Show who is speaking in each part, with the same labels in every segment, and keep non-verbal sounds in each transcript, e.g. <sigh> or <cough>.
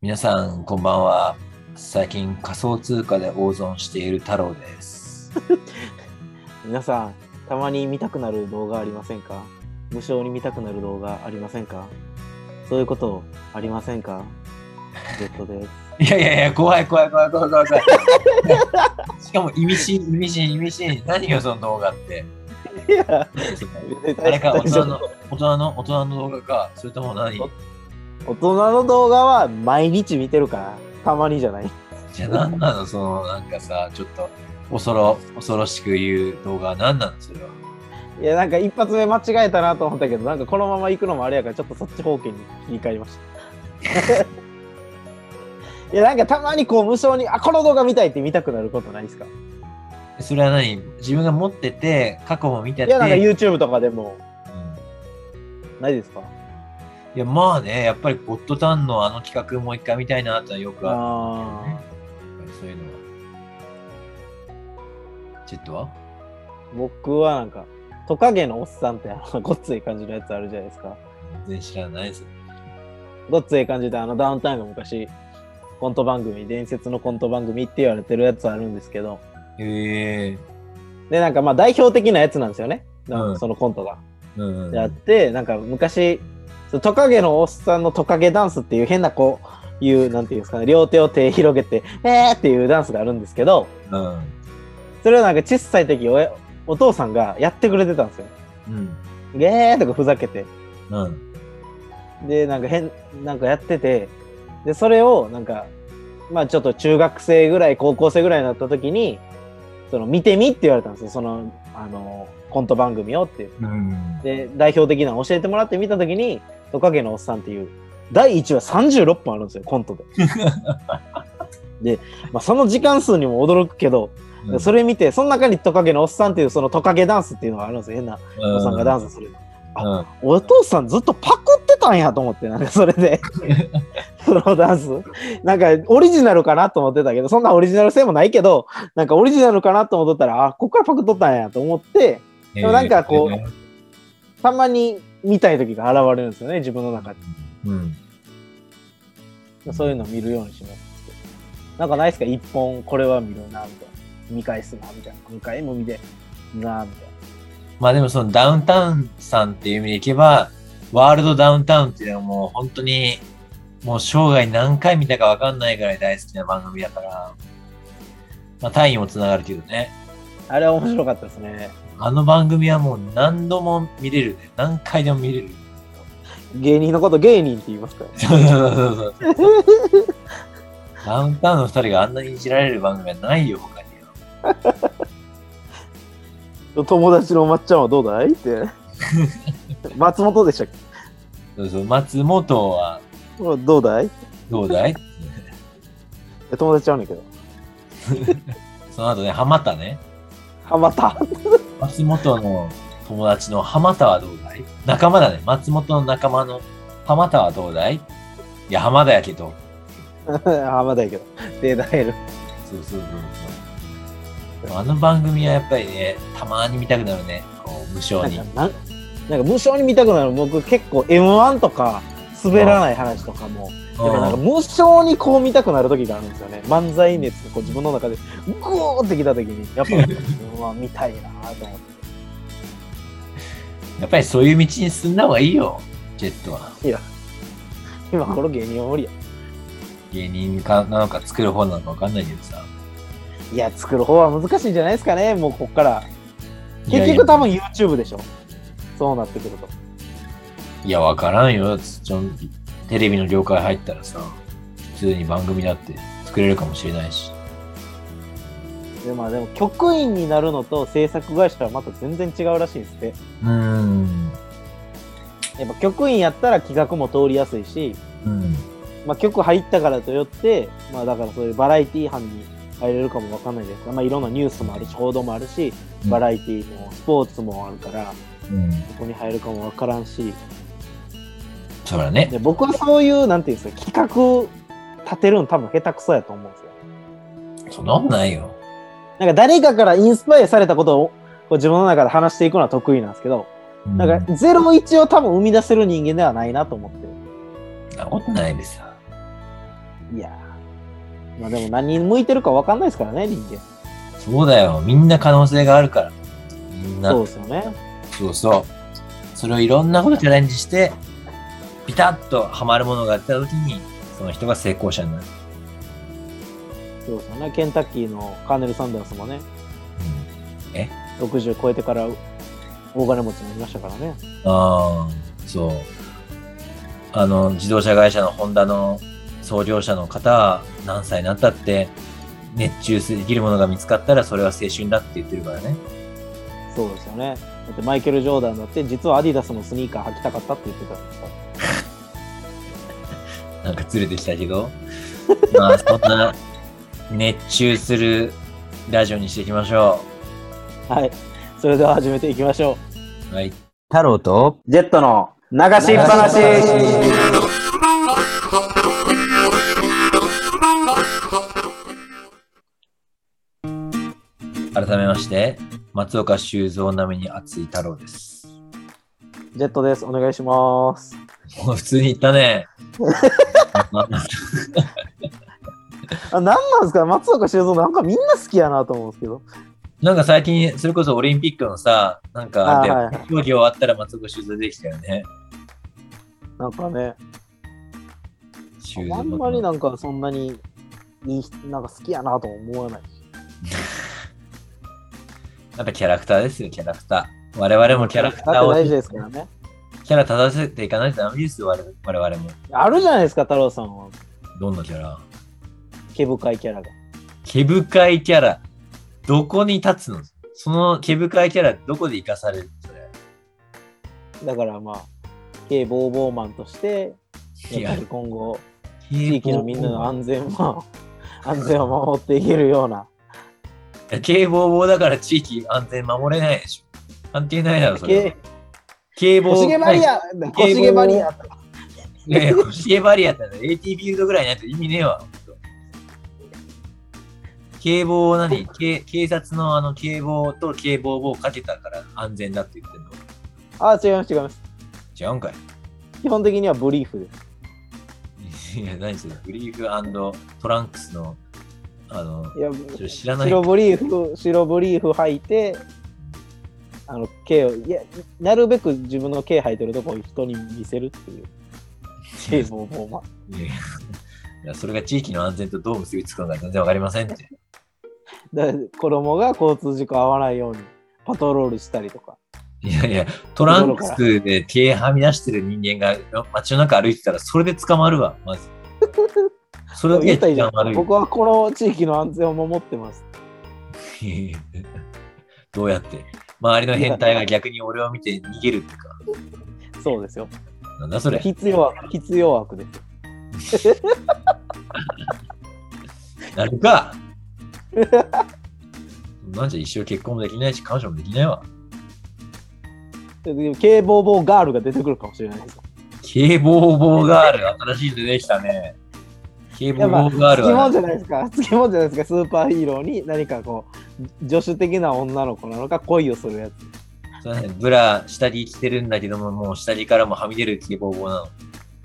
Speaker 1: 皆さんこんばんは最近仮想通貨で大損している太郎です <laughs>
Speaker 2: 皆さんたまに見たくなる動画ありませんか無償に見たくなる動画ありませんかそういうことありませんか Z です
Speaker 1: いやいやいや怖い怖い怖い怖い怖い怖い <laughs> しかも意味深意味深意味深何よその動画って
Speaker 2: いや
Speaker 1: あれか大
Speaker 2: 大丈
Speaker 1: 人
Speaker 2: 夫
Speaker 1: の大人の大人の動画かそれとも何
Speaker 2: 大人の動画は毎日見てるからたまにじゃない
Speaker 1: じゃあ何なのそのなんかさちょっと恐ろ恐ろしく言う動画は何なのそれはい
Speaker 2: やなんか一発目間違えたなと思ったけどなんかこのまま行くのもあれやからちょっとそっち方向に切り替えました <laughs> いやなんかたまにこう無償にあこの動画見たいって見たくなることないですか
Speaker 1: それは何自分が持ってて過去も見て
Speaker 2: い
Speaker 1: て
Speaker 2: やなんか YouTube とかでも
Speaker 1: うん
Speaker 2: ないですか
Speaker 1: いや、まあね、やっぱりゴッドタンのあの企画もう一回見たいなとはよくあ
Speaker 2: ああ
Speaker 1: る。やっぱりそういうのは。ジェットは
Speaker 2: 僕はなんかトカゲのおっさんってあのごっつい感じのやつあるじゃないですか
Speaker 1: 全然知らないです。
Speaker 2: ごっつい感じであのダウンタウンが昔コント番組伝説のコント番組って言われてるやつあるんですけど
Speaker 1: へえ
Speaker 2: でなんかまあ代表的なやつなんですよねなん
Speaker 1: うん
Speaker 2: かそのコントが、
Speaker 1: うん。
Speaker 2: やってなんか昔そのトカゲのおっさんのトカゲダンスっていう変なこういうなんていうんですかね両手を手広げて「えー!」っていうダンスがあるんですけど
Speaker 1: うん。
Speaker 2: それをなんか小さい時おやお父さんがやってくれてたんですよ。
Speaker 1: うん。
Speaker 2: ゲーとかふざけて
Speaker 1: うん。
Speaker 2: で、なんか変、なんかやってて、で、それを、なんか、まあちょっと中学生ぐらい、高校生ぐらいになった時に、その、見てみって言われたんですよ。その、あの、コント番組をって。
Speaker 1: うん。
Speaker 2: で、代表的なの教えてもらって見た時に、トカゲのおっさんっていう、第1話36分あるんですよ、
Speaker 1: <laughs>
Speaker 2: コントで。で、まあその時間数にも驚くけど、
Speaker 1: うん
Speaker 2: それ見て、その中にトカゲのおっさんっていう、そのトカゲダンスっていうのがあるんですよ。変なおっさんがダンスする。
Speaker 1: うん。
Speaker 2: お父さんずっとパクってたんやと思って、なんかそれで、そのダンス。なんかオリジナルかなと思ってたけど、そんなオリジナル性もないけど、なんかオリジナルかなと思ってたら、あ、こっからパクっとったんやと思って、でもなんかこう
Speaker 1: へー
Speaker 2: たまに見たい時が現れるんですよね、自分の中
Speaker 1: うん。
Speaker 2: で。そういうのを見るようにします。なんかないですか一本これは見るな、みたいな。見返すな、みたいな。何回も見て、な、みたい
Speaker 1: まあでもそのダウンタウンさんっていう意味でいけば、ワールドダウンタウンっていうのはもう本当に、もう生涯何回見たかわかんないぐらい大好きな番組だから、まあ単位もつながるけどね。
Speaker 2: な。あれは面白かったですね。
Speaker 1: あの番組はもう何度も見れるね。何回でも見れる。
Speaker 2: 芸人のこと芸人って言いますからね。
Speaker 1: そうそうそう
Speaker 2: <laughs>
Speaker 1: そう。ダウンタウンの二人があんなにいじられる番組はないよ、他には。
Speaker 2: 友達のおまっちゃんはどうだい
Speaker 1: <laughs>
Speaker 2: って。松本でしたっけ
Speaker 1: そうそう、松本は
Speaker 2: どうだい
Speaker 1: どう
Speaker 2: <laughs>
Speaker 1: だい
Speaker 2: 友達ちゃうねんけど。
Speaker 1: その後ね、浜田ね。
Speaker 2: あ、また。 <laughs>
Speaker 1: 松本の友達の浜田はどうだい仲間だね。松本の仲間の浜田はどうだいいや、浜田やけど。
Speaker 2: あ、まだやけど。で、だいる。
Speaker 1: そうそうそうそう。でもあの番組はやっぱりね、たまに見たくなるね。こう、無
Speaker 2: な
Speaker 1: 償
Speaker 2: ん
Speaker 1: に
Speaker 2: か。、なんなんか無償に見たくなる。僕結構 M1 とか、滑らない話とかも、やっぱなんか
Speaker 1: うん
Speaker 2: 無償にこう見たくなる時があるんですよね。漫才熱がこう自分の中で、グーってきた時に、や
Speaker 1: <laughs>
Speaker 2: っぱ M1 見たいなと思っ
Speaker 1: やっぱりそういう道に進んだ方がいいよ、ジェットは。
Speaker 2: て。いや、今この芸人は無理や。
Speaker 1: 芸人かなのか作る方なのかわかんないけどさ。
Speaker 2: いや、作る方は難しいんじゃないですかね。もうこっから。
Speaker 1: いやい
Speaker 2: 結
Speaker 1: や
Speaker 2: 局多分 YouTube でしょ。そうなってくると。
Speaker 1: いや、わからんよ。ちょテレビの業界入ったらさ、普通に番組だって作れるかもしれないし。
Speaker 2: でまあでも局員になるのと制作会社はまた全然違うらしいんですって
Speaker 1: うーん。
Speaker 2: やっぱ局員やったら企画も通りやすいし、
Speaker 1: うん。
Speaker 2: まあ、局入ったからとよって、まあ、だからそういうバラエティ班に入れるかもわかんないですが、まあ、いろんなニュースもあるし報道もあるし
Speaker 1: うん
Speaker 2: バラエティもスポーツもあるから
Speaker 1: うん。
Speaker 2: そこに入るかもわからんし
Speaker 1: そうだね。
Speaker 2: で僕はそういうなんていうんですか企画立てるの多分下手くそやと思うんですよ。
Speaker 1: そんなことないよ。
Speaker 2: なんか誰かからインスパイアされたことをこう自分の中で話していくのは得意なんですけど、
Speaker 1: うん
Speaker 2: なんかゼロ一を多分生み出せる人間ではないなと思ってる。
Speaker 1: そんなことないでさ。
Speaker 2: いやーまあでも何に向いてるか分かんないですからね、人間。
Speaker 1: そうだよ。みんな可能性があるから。みんな。
Speaker 2: そ
Speaker 1: そうう
Speaker 2: ですよね。
Speaker 1: そうそれをいろんなことチャレンジして、ピタッとハマるものがあった時に、その人が成功者になる。
Speaker 2: そうですよね。ケンタッキーのカーネル・サンダースもね、
Speaker 1: うん
Speaker 2: 60超えてから大金持ちになりましたからね。
Speaker 1: ああ、そう。あの、自動車会社のホンダの創業者の方は何歳になったって、熱中できるものが見つかったらそれは青春だって言ってるからね。
Speaker 2: そうですよね。だってマイケル・ジョーダンだって、実はアディダスのスニーカー履きたかったって言ってたんですから。
Speaker 1: なんかずれてきたけ <laughs> ど。まあ、そんな熱中するラジオにしていきましょ
Speaker 2: はい。それでは始めていきましょ
Speaker 1: う。はい。太郎と
Speaker 2: う。ジェットの流しっぱなし。
Speaker 1: 改めまして、松岡修造並みに熱い太郎です。
Speaker 2: ジェットです。お願いします。
Speaker 1: もう普通に言ったね。 <laughs>
Speaker 2: あ、なんなんですか松岡修造なんかみんな好きやなと思うんですけど。
Speaker 1: なんか最近、それこそオリンピックのさ、なんか、
Speaker 2: あ
Speaker 1: で
Speaker 2: はいはい
Speaker 1: 競技終わったら松岡修造できたよね。
Speaker 2: なんかね、
Speaker 1: 修
Speaker 2: あ
Speaker 1: 造
Speaker 2: んまりなんかそんなにいい人、なんか好きやなとも思わない。
Speaker 1: やっぱキャラクターですよ、キャラクター。我々もキャラクター
Speaker 2: だっ
Speaker 1: を、
Speaker 2: て大事
Speaker 1: キ
Speaker 2: ですからね。
Speaker 1: ャラ立たせていかないとダメですよ、我々我々も。
Speaker 2: あるじゃないですか、太郎さんは。
Speaker 1: どんなキャラ
Speaker 2: 毛深いキャラが。
Speaker 1: 毛深いキャラ、どこに立つのその毛深いキャラ、どこで生かされるのそれ。
Speaker 2: だからまあ、毛ボーボーマンとして、
Speaker 1: い
Speaker 2: や
Speaker 1: や
Speaker 2: っぱり今後、地
Speaker 1: 地
Speaker 2: 域のみんなの安全は、 <laughs> 安全を守っていけるような。
Speaker 1: 警棒棒だから地域安全守れないでしょ。関係ないだろ、それは。
Speaker 2: 毛、
Speaker 1: 警棒。
Speaker 2: 腰毛バリア腰毛バリア
Speaker 1: いやいや、腰毛バリアってのは AT フィールドぐらいないと意味ねえわ。ほんと警棒を何警警察のあの警棒と警棒棒をかけたから安全だって言ってんの
Speaker 2: あ、違います、違います。
Speaker 1: 違うんかい
Speaker 2: 基本的にはブリーフです。
Speaker 1: いや、何それブリーフトランクスの、あの、
Speaker 2: いや
Speaker 1: それ知らない。
Speaker 2: 白ブリーフ、白ブリーフ履いて、あの、毛を、いや、なるべく自分の毛生えてるとこを人に見せるっ
Speaker 1: <laughs>
Speaker 2: ていう。毛ボーボーマン。
Speaker 1: いやいや、それが地域の安全とどう結びつくのか全然わかりませんって。
Speaker 2: だから子供が交通事故合わないようにパトロールしたりとか。
Speaker 1: いやいや、トランクスで毛はみ出してる人間が街の中歩いてたら、それで捕まるわ、まず。それを
Speaker 2: 言ったらいいじゃん
Speaker 1: 悪い。
Speaker 2: 僕はこの地域の安全を守ってます。
Speaker 1: いやいやどうやって周りの変態が逆に俺を見て逃げるってか。
Speaker 2: そうですよ。
Speaker 1: なんだそれ。
Speaker 2: 必要悪、必要悪です。
Speaker 1: なるかそんなんじゃ一生結婚もできないし、彼女もできないわ。
Speaker 2: で警棒棒ガールが出てくるかもしれないです。
Speaker 1: 警棒棒ガール、新しいの出てきたね。警棒棒ガール
Speaker 2: つきも
Speaker 1: は
Speaker 2: んじゃないですか。つきもんじゃないですか。スーパーヒーローに何かこう、助手的な女の子なのか恋をするやつ。
Speaker 1: そうだねブラ、下着着てるんだけども、もう下着からもはみ出る警棒棒な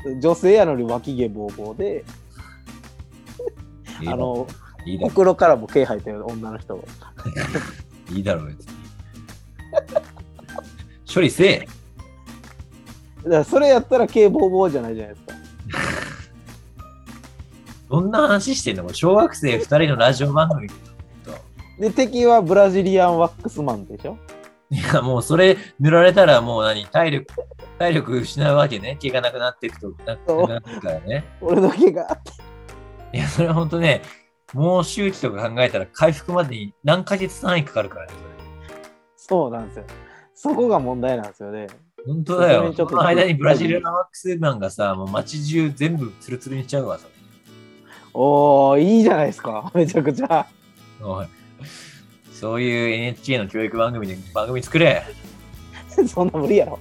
Speaker 1: の。
Speaker 2: 女性やのに脇毛ボーボーで、あの、
Speaker 1: いいだ
Speaker 2: ほ
Speaker 1: ろ
Speaker 2: くろからも毛生えてる女の人を。
Speaker 1: いいだろ、別に。処理せえ。
Speaker 2: だからそれやったら毛ボーボーじゃないじゃないですか。
Speaker 1: どんな話してんのこれ小学生2人のラジオ番組。 <laughs>
Speaker 2: で、敵はブラジリアンワックスマンでしょ
Speaker 1: いや、もうそれ塗られたらもう何体力、体力失うわけね。毛がなくなっていくと、な
Speaker 2: そう
Speaker 1: くなるからね。
Speaker 2: 俺の毛があ <laughs> って。
Speaker 1: いや、それは本当ね、もう周期とか考えたら回復までに何ヶ月単位かかるからね。
Speaker 2: そうなんですよ。そこが問題なんですよね。
Speaker 1: 本当だよ。
Speaker 2: ちょ
Speaker 1: そ
Speaker 2: っと
Speaker 1: の間にブラジルのワックスマンがさ、もう街中全部ツルツルにしちゃうわ、それ。
Speaker 2: おー、いいじゃないですか。 <laughs> めちゃくちゃ。
Speaker 1: おい。そういう NHK の教育番組で番組作れ。
Speaker 2: そんな無理やろ。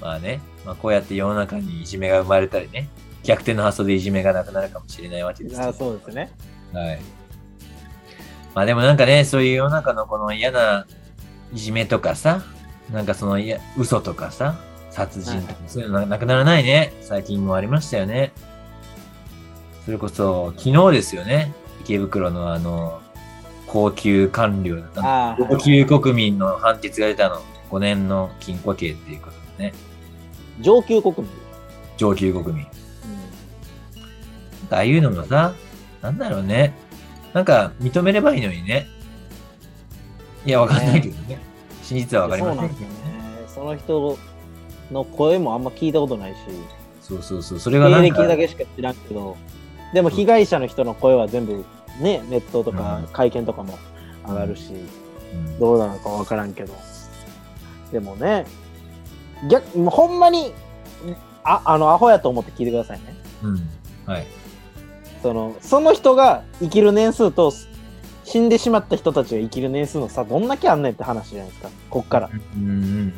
Speaker 1: まあね、まあ、こうやって世の中にいじめが生まれたりね、逆転の発想でいじめがなくなるかもしれないわけですけど
Speaker 2: あそうですね。
Speaker 1: はい。まあでもなんかね、そういう世の中のこの嫌ないじめとかさ、なんかそのいや嘘とかさ、殺人とか、そういうのななくならないね。最近もありましたよね。それこそ、昨日ですよね。池袋のあの、高級官僚だったの
Speaker 2: ああ
Speaker 1: 高級国民の判決が出たの。5年の禁錮刑っていうことでね。
Speaker 2: 上級国民、
Speaker 1: 上級国民。ああいうのもさ、なんだろうね。なんか、認めればいいのにね。いや、わかんないけどね。真実はわかり
Speaker 2: そう
Speaker 1: ませ
Speaker 2: なん
Speaker 1: ん
Speaker 2: で
Speaker 1: け
Speaker 2: す
Speaker 1: ど
Speaker 2: よ
Speaker 1: ね。
Speaker 2: ねその人の声もあんま聞いたことないし
Speaker 1: そうそうそう。それが
Speaker 2: 経
Speaker 1: なん
Speaker 2: 歴
Speaker 1: か、
Speaker 2: だけしか知らんけどでも被害者の人の声は全部ねネットと
Speaker 1: うん
Speaker 2: か会見とかも上がるし、
Speaker 1: うん
Speaker 2: どうなのか分からんけどでもね逆もうほんまにああのアホやと思って聞いてくださいね
Speaker 1: うん。はい。
Speaker 2: そのその人が生きる年数と死んでしまった人たちが生きる年数の差どんだけあんねんって話じゃないですかこっから
Speaker 1: うんうん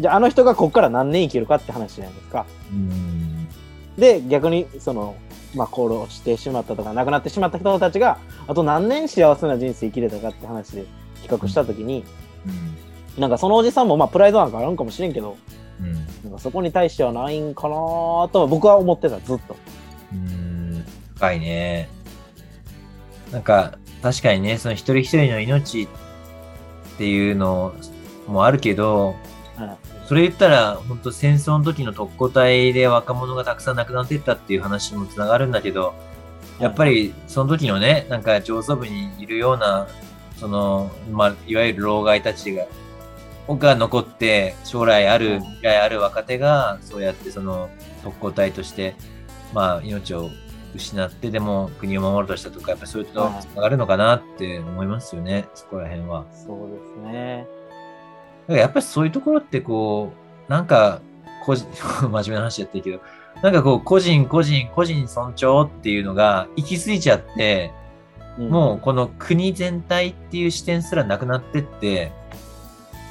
Speaker 2: じゃああの人がこっから何年生きるかって話じゃないですか
Speaker 1: うん。
Speaker 2: で逆にそのまあ殺してしまったとか亡くなってしまった人たちがあと何年幸せな人生生きれたかって話で比較した時になんかそのおじさんもまあプライドなんかあるんかもしれんけど
Speaker 1: うん。うん。
Speaker 2: なんかそこに対してはないんかなとは僕は思ってたずっと
Speaker 1: うーん、深いね。なんか、確かにね、その一人一人の命っていうのもあるけど、
Speaker 2: うん
Speaker 1: それ言ったら、本当戦争の時の特攻隊で若者がたくさん亡くなってったっていう話にもつながるんだけど、やっぱりその時のね、なんか上層部にいるような、その、まあ、いわゆる老害たちが、が残って、将来あ
Speaker 2: う
Speaker 1: る
Speaker 2: ん、
Speaker 1: 未来ある若手が、そうやってその特攻隊として、まあ、命を失ってでも国を守ろうとしたとか、やっぱそういうとつながるのかなって思いますよね、そこら辺は。
Speaker 2: そうですね
Speaker 1: だからやっぱりそういうところってこう、なんか、個人、 <laughs> 真面目な話やってるけど、なんかこう、個人個人個人尊重っていうのが行き過ぎちゃって、
Speaker 2: うん
Speaker 1: もうこの国全体っていう視点すらなくなってって、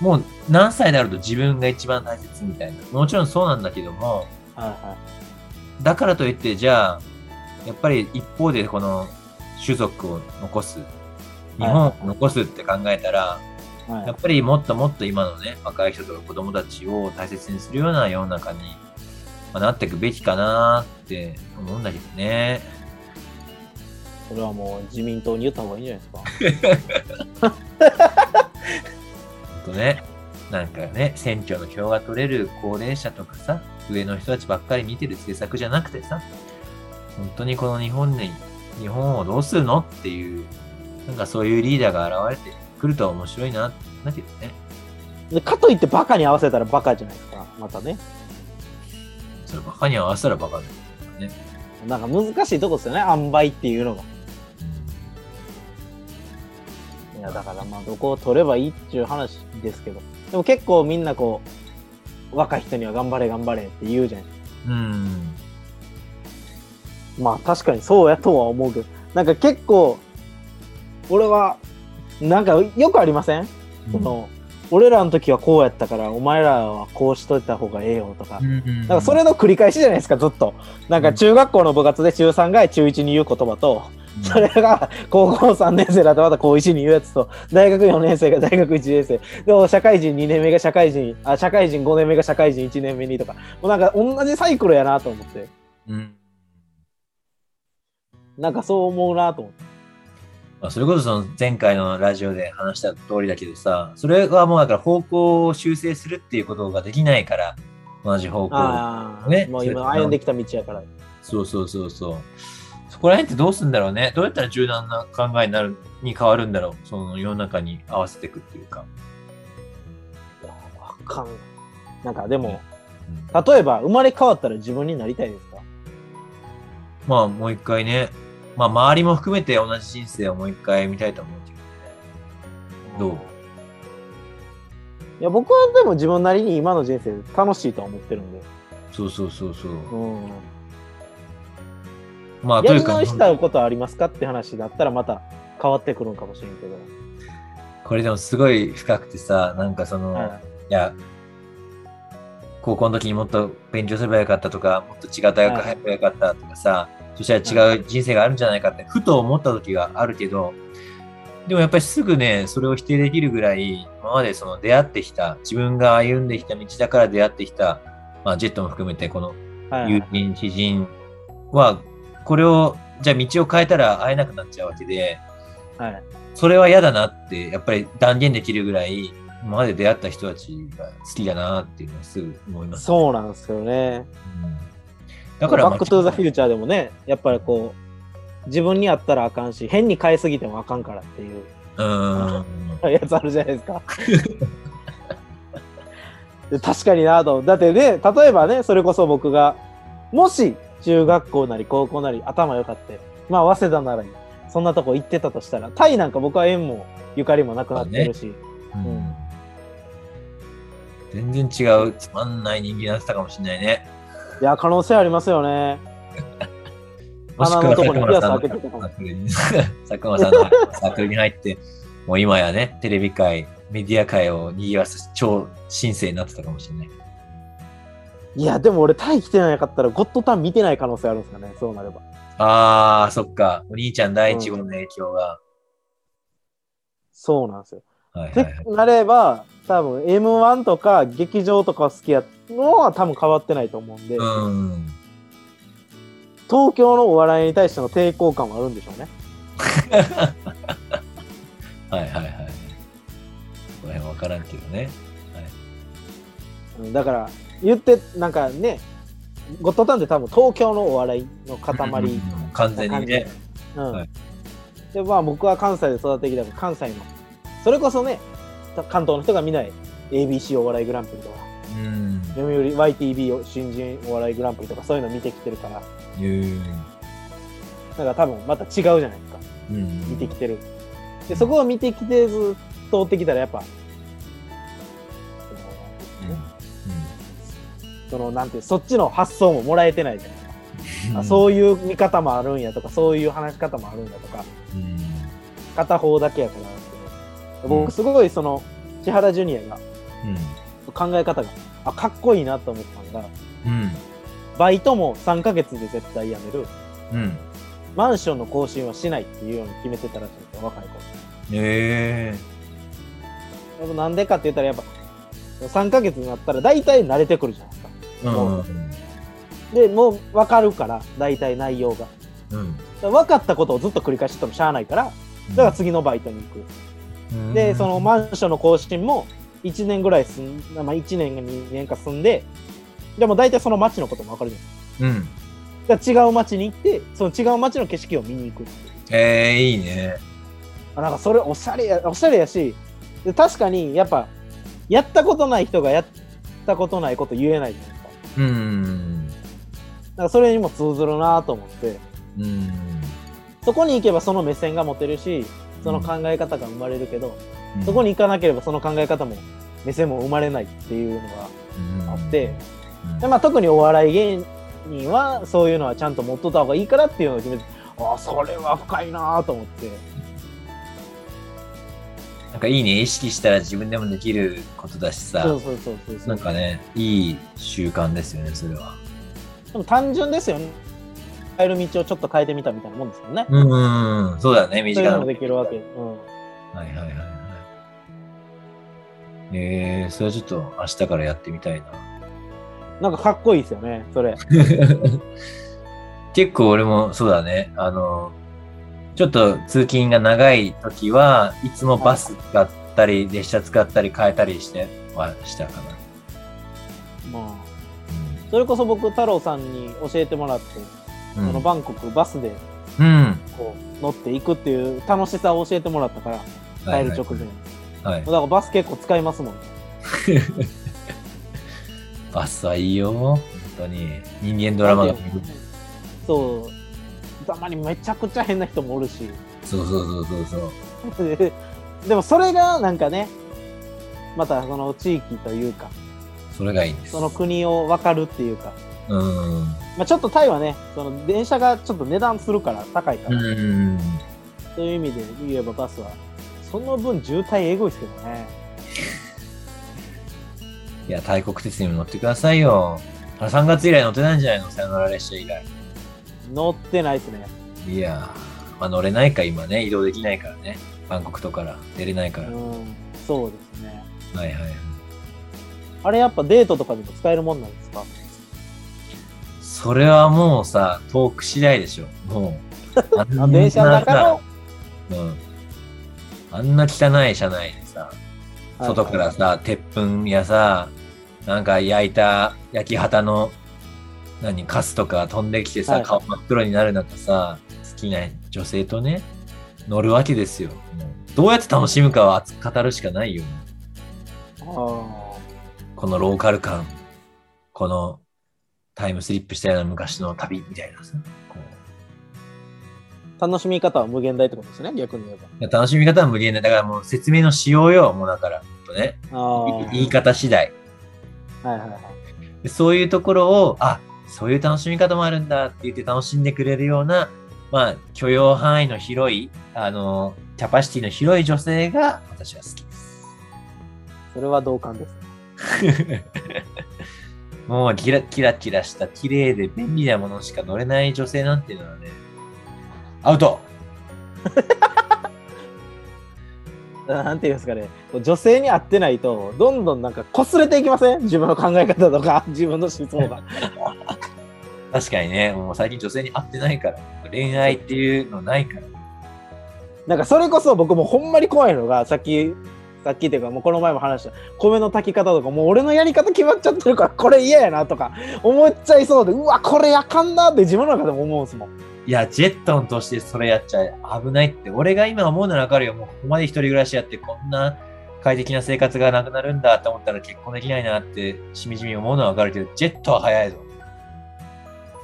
Speaker 1: もう何歳になると自分が一番大切みたいな。もちろんそうなんだけども、
Speaker 2: はいは
Speaker 1: だからといってじゃあ、やっぱり一方でこの種族を残す、日本を残すって考えたら、
Speaker 2: いはい
Speaker 1: やっぱりもっともっと今のね、若い人とか子供たちを大切にするような世の中に、まあなっていくべきかなって思うんだけどね。
Speaker 2: それはもう自民党に言った方がいいんじゃないですか
Speaker 1: ほんとね、なんかね、選挙の票が取れる高齢者とかさ、上の人たちばっかり見てる政策じゃなくてさ、本当にこの日本に、日本をどうするのっていう、なんかそういうリーダーが現れてくると面白いな、だけどね。
Speaker 2: でかといってバカに合わせたらバカじゃないですかまたね
Speaker 1: それバカに合わせたらバカだよね。
Speaker 2: なんか難しいとこですよね塩梅っていうのがいやだからまあどこを取ればいいっていう話ですけどでも結構みんなこう若い人には頑張れ頑張れって言うじゃないです
Speaker 1: うん。うん
Speaker 2: かまあ確かにそうやとは思うけどなんか結構俺はなんかよくありません、その俺らの時はこうやったからお前らはこうしといた方がええよとか、
Speaker 1: うん
Speaker 2: なんかそれの繰り返しじゃないですかずっとなんか中学校の部活で中3が中1に言う言葉と、それが高校3年生だとまた高1に言うやつと大学4年生が大学1年生でも社会人2年目が社会人あ社会人5年目が社会人1年目にとかもうなんか同じサイクルやなと思って
Speaker 1: うん
Speaker 2: なんかそう思うなと思って
Speaker 1: まあ、それこそその前回のラジオで話した通りだけどさ、それはもうだから方向を修正するっていうことができないから、同じ方向。
Speaker 2: ああ、
Speaker 1: ね
Speaker 2: もう
Speaker 1: それ
Speaker 2: 今
Speaker 1: と
Speaker 2: 歩んできた道やから
Speaker 1: そうそうそうそう。そこら辺ってどうするんだろうね。どうやったら柔軟な考えになる、に変わるんだろう。その世の中に合わせていくっていうか。
Speaker 2: わかんないなんかでも
Speaker 1: うん
Speaker 2: 例えば生まれ変わったら自分になりたいですか
Speaker 1: まあもう一回ね、まあ周りも含めて同じ人生をもう一回見たいと思うけど。どう
Speaker 2: いや僕はでも自分なりに今の人生楽しいとは思ってるんで、
Speaker 1: そうそうそうそう。
Speaker 2: うん、
Speaker 1: まあと
Speaker 2: や
Speaker 1: い
Speaker 2: り
Speaker 1: うか
Speaker 2: 直、したことありますかって話だったらまた変わってくるんかもしれんけど、
Speaker 1: これでもすごい深くてさ、なんかその、
Speaker 2: はい
Speaker 1: や、高校の時にもっと勉強すればよかったとか、もっと違う大学入ればよかったとかさ、そしたら違う人生があるんじゃないかって、ふと思った時があるけど、でもやっぱりすぐね、それを否定できるぐらい、今までその出会ってきた、自分が歩んできた道だから出会ってきた、まあ、ジェットも含めて、この
Speaker 2: はいは
Speaker 1: 友人、
Speaker 2: い
Speaker 1: 知人は、これを、じゃあ道を変えたら会えなくなっちゃうわけで、
Speaker 2: はい
Speaker 1: それは嫌だなって、やっぱり断言できるぐらい、今まで出会った人たちが好きだなっていうのはすぐ思います。
Speaker 2: そうなんですよね。
Speaker 1: うんだから、
Speaker 2: バックトゥーザフューチャーでもね、やっぱりこう、自分にあったらあかんし、変に変えすぎてもあかんからっていう <laughs>
Speaker 1: うん。
Speaker 2: やつあるじゃないで
Speaker 1: <laughs>
Speaker 2: すか。で確かになと。だってね、例えばね、それこそ僕が、もし中学校なり高校なり頭良かって、まあ早稲田ならに、そんなとこ行ってたとしたら、タイなんか僕は縁もゆかりもなくなってるし、
Speaker 1: うん全然違う、つまんない人間になってたかもしれないね。
Speaker 2: いや、可能性ありますよね。
Speaker 1: もしく
Speaker 2: 穴の
Speaker 1: は
Speaker 2: とこ
Speaker 1: 佐
Speaker 2: に
Speaker 1: 久間さんのサークルに佐久間さ
Speaker 2: ピアス開けてた
Speaker 1: んの <laughs> サークルに入って、もう今やね、テレビ界、メディア界を賑わす超新星になってたかもしれない。
Speaker 2: いや、でも俺タイ来てなかったらゴッドタン見てない可能性あるんですかね、そうなれば。
Speaker 1: あー、そっか。お兄ちゃん第一号の影響が。
Speaker 2: そうなんですよ。
Speaker 1: はいはい
Speaker 2: っ
Speaker 1: はい
Speaker 2: てなれば、多分 M1 とか劇場とか好きやのは多分変わってないと思うんで、
Speaker 1: うん。
Speaker 2: 東京のお笑いに対しての抵抗感はあるんでしょうね。
Speaker 1: はいはいはい。この辺わからんけどね。
Speaker 2: うんだから、言って、なんかね、ゴッドタンって多分東京のお笑いの塊な感じ。
Speaker 1: うん完全にね。
Speaker 2: うん
Speaker 1: はい
Speaker 2: でまあ、僕は関西で育ってきたから関西のそれこそね関東の人が見ない ABC お笑いグランプリとか
Speaker 1: うん。
Speaker 2: 読売 YTV を新人お笑いグランプリとかそういうの見てきてるから
Speaker 1: いう。
Speaker 2: なんか多分また違うじゃないですか
Speaker 1: うん。
Speaker 2: 見てきてるでそこを見てきてずっと追ってきたらやっぱ
Speaker 1: うん。うん
Speaker 2: そのなんていうそっちの発想ももらえてないじゃないですか、あ
Speaker 1: う
Speaker 2: そういう見方もあるんやとかそういう話し方もあるんやとか
Speaker 1: ん。うん。
Speaker 2: 片方だけやからなんですけど
Speaker 1: うん
Speaker 2: 僕すごいその千原ジュニアが
Speaker 1: うん
Speaker 2: 考え方があかっこいいなと思ったのが
Speaker 1: うん。
Speaker 2: バイトも3ヶ月で絶対辞める
Speaker 1: うん。
Speaker 2: マンションの更新はしないっていうように決めてたらしいんですよ若い子
Speaker 1: ええ
Speaker 2: でもなんでかって言ったらやっぱ3ヶ月になったら大体慣れてくるじゃないですか
Speaker 1: うん。
Speaker 2: でもう分かるから大体内容がだか
Speaker 1: うん。
Speaker 2: ら分かったことをずっと繰り返しててもしゃあないからだから次のバイトに行く
Speaker 1: うん
Speaker 2: でそのマンションの更新も1年ぐらい住ん、まあ、1年か2年か住んででも大体その町のことも分かるじゃないですか
Speaker 1: うん。
Speaker 2: だから違う町に行ってその違う町の景色を見に行くっていう
Speaker 1: ええいいね。
Speaker 2: あなんかそれおしゃれやおしゃれやしで確かにやっぱやったことない人がやったことないこと言えないじゃないですか
Speaker 1: うん。
Speaker 2: だからそれにも通ずるなと思って
Speaker 1: うん。
Speaker 2: そこに行けばその目線が持てるしその考え方が生まれるけど、
Speaker 1: うん
Speaker 2: そこに行かなければその考え方も目線も生まれないっていうのがあって、
Speaker 1: うん
Speaker 2: でまあ、特にお笑い芸人はそういうのはちゃんと持っとった方がいいからっていうのを決めてああそれは深いなと思って。
Speaker 1: なんかいいね。意識したら自分でもできることだし
Speaker 2: そ
Speaker 1: さ
Speaker 2: う。そうそうそうそう
Speaker 1: なんかね、いい習慣ですよね、それは。
Speaker 2: でも単純ですよね。変える道をちょっと変えてみたみたいなもんですよね。
Speaker 1: うんうん。そうだね、身
Speaker 2: そう
Speaker 1: 近
Speaker 2: いう
Speaker 1: な
Speaker 2: のもできるわけ。うん。
Speaker 1: はいはいはいはい。ええそれはちょっと明日からやってみ <laughs> たいな。
Speaker 2: なんかかっこいいですよね、それ。
Speaker 1: 結構俺もそうだね。あの、ちょっと通勤が長い時はいつもバス使ったり、列車使ったり変えたりしてはしたかな。
Speaker 2: まあ、それこそ僕、太郎さんに教えてもらって、
Speaker 1: う
Speaker 2: その
Speaker 1: ん。
Speaker 2: バンコクバスで
Speaker 1: うん。
Speaker 2: こう乗っていくっていう楽しさを教えてもらったから、
Speaker 1: はい
Speaker 2: 帰る直前。
Speaker 1: はい。
Speaker 2: だからバス結構使いますもん。
Speaker 1: バスはいいよ。本当に。人間ドラマ
Speaker 2: だ
Speaker 1: が
Speaker 2: って。そう。たまにめちゃくちゃ変な人もおるし。 <laughs>
Speaker 1: そうそうそうそうそう。
Speaker 2: ででもそれがなんかね、またその地域というか、
Speaker 1: それがいいんです。
Speaker 2: その国を分かるっていうか、
Speaker 1: うん。
Speaker 2: まあ、ちょっとタイはね、その電車がちょっと値段するから、高いか
Speaker 1: う
Speaker 2: ら、
Speaker 1: ん。
Speaker 2: という意味で言えばバスは、その分渋滞エゴいですけどね。
Speaker 1: いや、大国鉄にも乗ってくださいよ。あ3月以来乗ってないんじゃないのさよなら列車以来。
Speaker 2: 乗ってないですね。
Speaker 1: いやー、まあ乗れないか今ね、移動できないからね。韓国とから出れないから。は
Speaker 2: うん、そうですね。
Speaker 1: いはいはい。
Speaker 2: あれやっぱデートとかでも使えるもんなんですか
Speaker 1: それはもうさ、トーク次第でしょ。もう。あん
Speaker 2: <laughs> あ電車の中の、
Speaker 1: うん。あんな汚い車内でさ、外からさ、鉄粉やさ、なんか焼いた焼き旗の、何、カスとか飛んできてさ、
Speaker 2: はいはい
Speaker 1: 顔真っ黒になる中さ、好きな女性とね、乗るわけですよ。もうどうやって楽しむかは熱く語るしかないよね。
Speaker 2: あ
Speaker 1: このローカル感、このタイムスリップしたような昔の旅みたいなさ、こう
Speaker 2: ー楽しみ方は無限大ってことですね、逆に言えば。
Speaker 1: いや楽しみ方は無限だ。だからもう説明のしようよ、もうだから。ほんとね、
Speaker 2: あー
Speaker 1: 言い方次第。
Speaker 2: はいはいはい。
Speaker 1: でそういうところを、あ、そういう楽しみ方もあるんだって言って楽しんでくれるような、まあ、許容範囲の広い、あの、キャパシティの広い女性が私は好き <laughs>
Speaker 2: それは同感で
Speaker 1: で
Speaker 2: す。
Speaker 1: す。もうキラキラキラした綺麗で便利なものしか乗れない女性なんていうのはね、アウト
Speaker 2: なんていうんですかね、女性に合ってないと、どんどんなんか擦れていきません自分の考え方とか、 <laughs> 自分の思想が。
Speaker 1: 確かにね、もう最近女性に会ってないから、恋愛っていうのないから。
Speaker 2: なんかそれこそ僕もうほんまに怖いのが、さっき、さっきっていうか、もうこの前も話した、米の炊き方とか、もう俺のやり方決まっちゃってるから、これ嫌やなとか、思っちゃいそうで、うわ、これあかんなって自分の中でも思うんですもん。
Speaker 1: いや、ジェットンとしてそれやっちゃ危ないって、俺が今思うならわかるよ。もうここまで一人暮らしやって、こんな快適な生活がなくなるんだって思ったら結婚できないなって、しみじみ思うのはわかるけど、ジェットは早いぞ。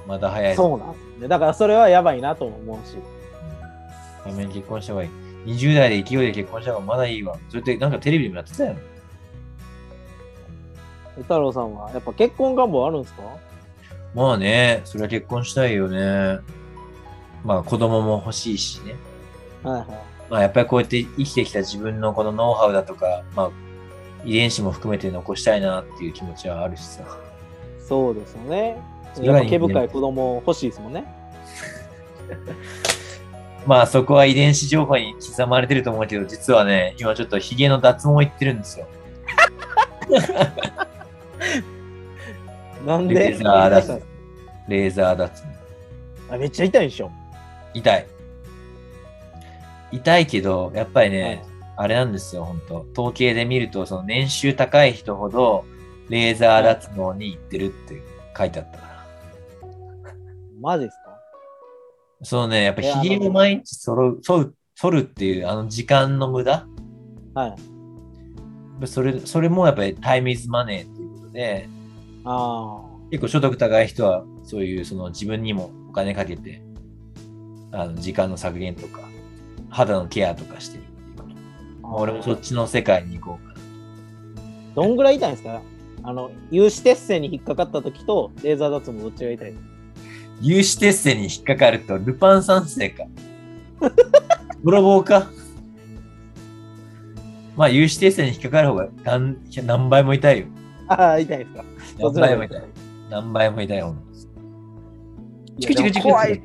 Speaker 1: まだ早いぞ。
Speaker 2: そうなんですよね。だからそれはやばいなとも思うし。
Speaker 1: 早めに結婚した方がいい。20代で勢いで結婚した方がまだいいわ。それってなんかテレビでもやってたよ。
Speaker 2: 太郎さんは、やっぱ結婚願望あるんですか
Speaker 1: まあね、それは結婚したいよね。まあ子供も欲しいしね。
Speaker 2: はいはい。
Speaker 1: まあ、やっぱりこうやって生きてきた自分のこのノウハウだとか、まあ、遺伝子も含めて残したいなっていう気持ちはあるしさ。
Speaker 2: そうですよね。
Speaker 1: それ
Speaker 2: や
Speaker 1: が
Speaker 2: っ
Speaker 1: い
Speaker 2: ぱ
Speaker 1: いね
Speaker 2: 毛深い子供欲しいですもんね。
Speaker 1: まあそこは遺伝子情報に刻まれてると思うけど、実はね、今ちょっとヒゲの脱毛いってるんですよ。
Speaker 2: なん
Speaker 1: レ
Speaker 2: で
Speaker 1: ーザー脱毛。レーザー脱
Speaker 2: あめっちゃ痛いんでしょ。
Speaker 1: 毛。痛い。痛いけど、やっぱりね、
Speaker 2: はい
Speaker 1: あれなんですよ、本当統計で見ると、その年収高い人ほど、レーザー脱毛に行ってるって書いてあったから。
Speaker 2: マジですか
Speaker 1: そのね、やっぱ
Speaker 2: えあの
Speaker 1: ひげを毎日剃る剃る剃るっていうあの時間の無駄
Speaker 2: はい。
Speaker 1: それ、それもやっぱりタイムイズマネーっていうことで、
Speaker 2: あ
Speaker 1: 結構所得高い人はそういうその自分にもお金かけて、あの時間の削減とか、肌のケアとかしてるっていうこと。
Speaker 2: あ。
Speaker 1: まあ俺もそっちの世界に行こうかな。
Speaker 2: どんぐらい痛いんですかあの、有刺鉄線に引っかかった時と、レーザー脱毛どっちが痛いですか
Speaker 1: 有刺鉄線に引っかかるとルパン三世
Speaker 2: <laughs>
Speaker 1: か。泥棒か。まあ有刺鉄線に引っかかる方が何何倍も痛いよ。
Speaker 2: ああ、痛いですかそ
Speaker 1: 何
Speaker 2: っ
Speaker 1: 倍も
Speaker 2: ちの方が
Speaker 1: 痛
Speaker 2: 痛
Speaker 1: い
Speaker 2: い。。
Speaker 1: 何倍も痛いほんとチクチ
Speaker 2: いや
Speaker 1: クチ
Speaker 2: でも
Speaker 1: ク
Speaker 2: 怖い。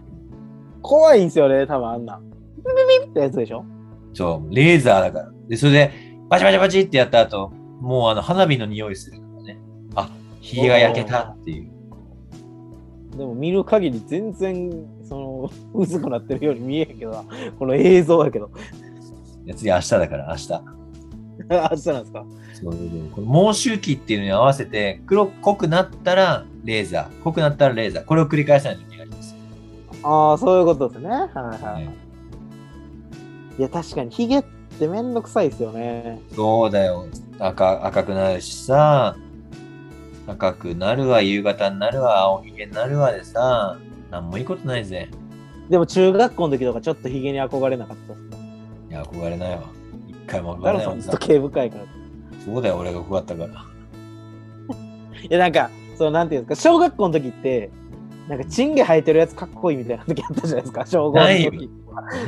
Speaker 2: 怖いんですよね、多分あんな。ビビビってやつでしょ
Speaker 1: そう、レーザーだから。で、それで、バチバチバチってやった後、もうあの花火の匂いするからね。あ、ひげが焼けたっていう。
Speaker 2: でも見る限り全然、その、 <laughs> 薄くなってるように見えへんけどな、この映像やけど。 <laughs>
Speaker 1: いや次明日だから、明日。
Speaker 2: あ、そうなんですか
Speaker 1: そうでこの毛周期っていうのに合わせて、黒濃くなったらレーザー、濃くなったらレーザー。これを繰り返さないといけないんですよ。
Speaker 2: ああ、そういうことですね。はいはい。
Speaker 1: ね
Speaker 2: いや、確かに、ヒゲってめんどくさいですよね。
Speaker 1: そうだよ赤。赤くなるしさ、赤くなるわ、夕方になるわ、青ひげになるわでさ、なんもいいことないぜ。
Speaker 2: でも、中学校の時とか、ちょっとヒゲに憧れなかったですか
Speaker 1: いや、憧れないわ。一回も憧
Speaker 2: 太
Speaker 1: れ
Speaker 2: 郎
Speaker 1: ない
Speaker 2: さ
Speaker 1: わ
Speaker 2: ん、。ずっと毛深いから。
Speaker 1: そうだよ、俺が怖かったから。
Speaker 2: いや、なんか、その、なんていうんですか、小学校の時って、なんか、チンゲ生えてるやつかっこいいみたいな時あったじゃないですか、小五の
Speaker 1: ないよ
Speaker 2: 時。 <laughs>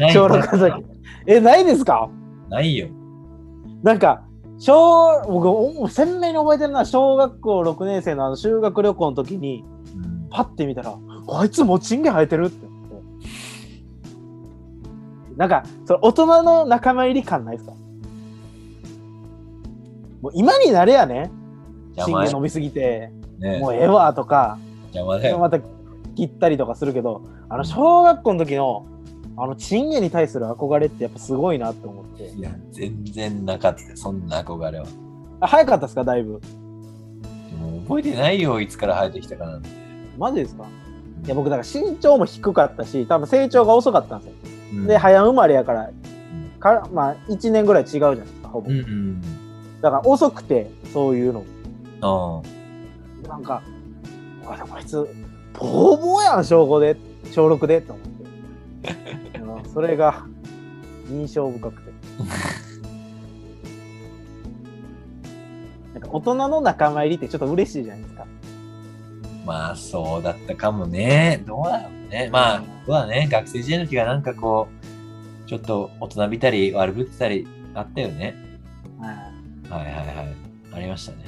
Speaker 1: ない
Speaker 2: 小6の時。え、ないですか
Speaker 1: ないよ。
Speaker 2: なんか、小、僕、お鮮明に覚えてるのは、小学校6年生のあの修学旅行の時に、
Speaker 1: うん
Speaker 2: パッて見たら、あいつもうチンゲ生えてるって思って。なんか、それ大人の仲間入り感ないですかもう今になれやね。
Speaker 1: 邪
Speaker 2: 信
Speaker 1: 魔
Speaker 2: 玄
Speaker 1: や
Speaker 2: 飲みすぎて、
Speaker 1: ね
Speaker 2: も。うええわとか、
Speaker 1: 邪魔だよ。
Speaker 2: また切ったりとかするけど、あの、小学校の時の、あの、チンゲに対する憧れってやっぱすごいなって思って。
Speaker 1: いや、全然なかった。そんな憧れは。
Speaker 2: あ早かったですか、だいぶ。
Speaker 1: もう覚えてないよ、いつから生えてきたかなんて。
Speaker 2: マジですかいや、僕、だから身長も低かったし、多分成長が遅かったんですよ。
Speaker 1: うん
Speaker 2: で、早生まれやから、からまあ、1年ぐらい違うじゃないですか、ほぼ。
Speaker 1: うん
Speaker 2: だ
Speaker 1: うん。
Speaker 2: から遅くて、そういうのも。
Speaker 1: あ
Speaker 2: なんか、あれ、こいつ、ボーボーやん、小5で、小6で、と思
Speaker 1: <laughs>
Speaker 2: って。あのそれが、印象深くて。なんか大人の仲間入りってちょっと嬉しいじゃないですか。
Speaker 1: あまあ、そうだったかもね。どうだろうね。まあ、そうだね。学生時代の時がなんかこう、ちょっと大人びたり、悪ぶってたり、あったよね。
Speaker 2: は
Speaker 1: はいはいはい。ありましたね。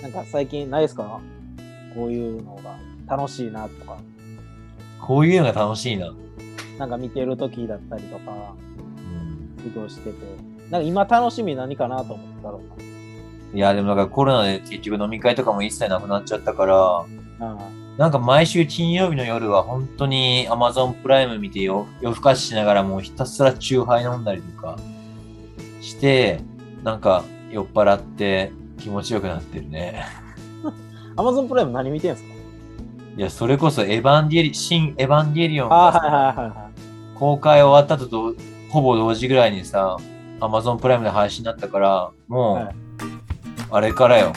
Speaker 2: い、なんか最近ないですかこういうのが楽しいなとか、
Speaker 1: こういうのが楽しいな。
Speaker 2: なんか見てる時だったりとか、
Speaker 1: うん、
Speaker 2: 授業してて、なんか今楽しみ何かなと思ってたろう
Speaker 1: いや、でもなんかコロナで結局飲み会とかも一切なくなっちゃったから、
Speaker 2: な。あ
Speaker 1: なんか毎週金曜日の夜は本当に Amazon プライム見てよ夜更かししながらもうひたすらチューハイ飲んだりとかして、なんか酔っ払って気持ちよくなってるね。
Speaker 2: アマゾンプライム何見てんすか
Speaker 1: いや、それこそエヴァンゲリ、新エヴァンゲリオン
Speaker 2: ああ、
Speaker 1: が
Speaker 2: はいはいはいはい。
Speaker 1: 公開終わったととほぼ同時ぐらいにさ、Amazon プライムで配信になったから、もう、
Speaker 2: はい
Speaker 1: あれからよ、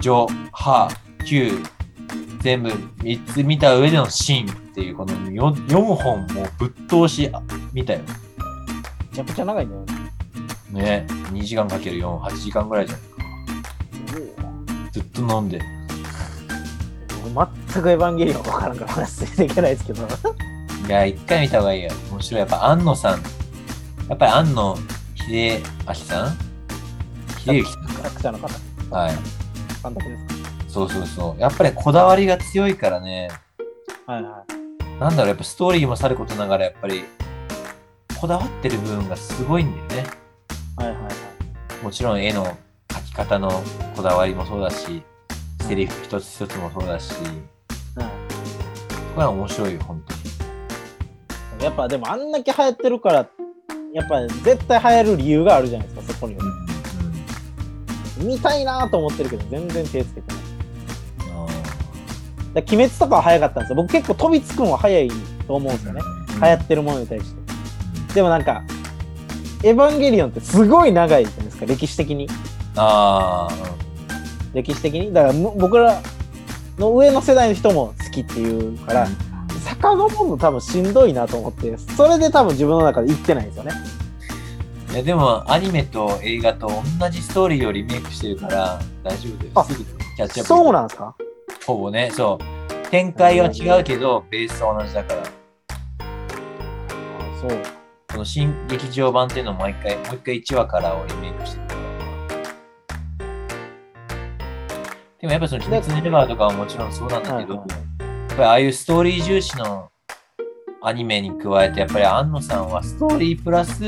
Speaker 1: ジョ、ハ、キュー、全部3つ見た上でのシーンっていうこの 4, 本もうぶっ通し見たよ。
Speaker 2: めちゃくちゃ長いんだよね。
Speaker 1: ね、2時間かける4、8時間ぐらいじゃん。ずっと飲んで。
Speaker 2: 俺全くエヴァンゲリオン分からんから話ついていけないですけど。
Speaker 1: いや、一回見た方がいいよ。面白い。やっぱ、安野さん。やっぱり安野秀明さん秀之さん
Speaker 2: 作者の方、
Speaker 1: か。はい。
Speaker 2: 監督です
Speaker 1: そうそうそう。やっぱりこだわりが強いからね。
Speaker 2: かはいは
Speaker 1: なんだろう、やっぱストーリーもさることながら、やっぱり、こだわってる部分がすごいんだよね。
Speaker 2: い。はいはいはい。
Speaker 1: もちろん絵の描き方のこだわりもそうだし、セリフ一つ一つもそうだし、
Speaker 2: う
Speaker 1: これは面白いよ、本当に。
Speaker 2: ん、やっぱでもあんだけ流行ってるから、やっぱ絶対流行る理由があるじゃないですか、そこには。見たいなと思ってるけど、全然手つけてない。
Speaker 1: うん。うん。
Speaker 2: だから鬼滅とかは早かったんですよ。僕結構飛びつくのは早いと思うんですよね。流行ってるものに対して。でもなんか、エヴァンゲリオンってすごい長いじゃないですか、歴史的に。
Speaker 1: ああ。
Speaker 2: 歴史的に。だからもう僕らの上の世代の人も好きっていうから、遡るの多分しんどいなと思って、それで多分自分の中で行ってないんですよね。
Speaker 1: いやでもアニメと映画と同じストーリーをリメイクしてるから大丈夫だよ。
Speaker 2: あ
Speaker 1: すぐキャッチアップ
Speaker 2: そう
Speaker 1: な
Speaker 2: なんですか
Speaker 1: ほぼね、そう。展開は違うけど、ベースは同じだから。
Speaker 2: そう。
Speaker 1: この新劇場版っていうのを毎回、もう一回1話からをリメイクしてるから。でもやっぱその鬼滅の刃とかはもちろんそうなんだけど、
Speaker 2: はいは
Speaker 1: やっぱりああいうストーリー重視のアニメに加えて、やっぱり安野さんはストーリープラス、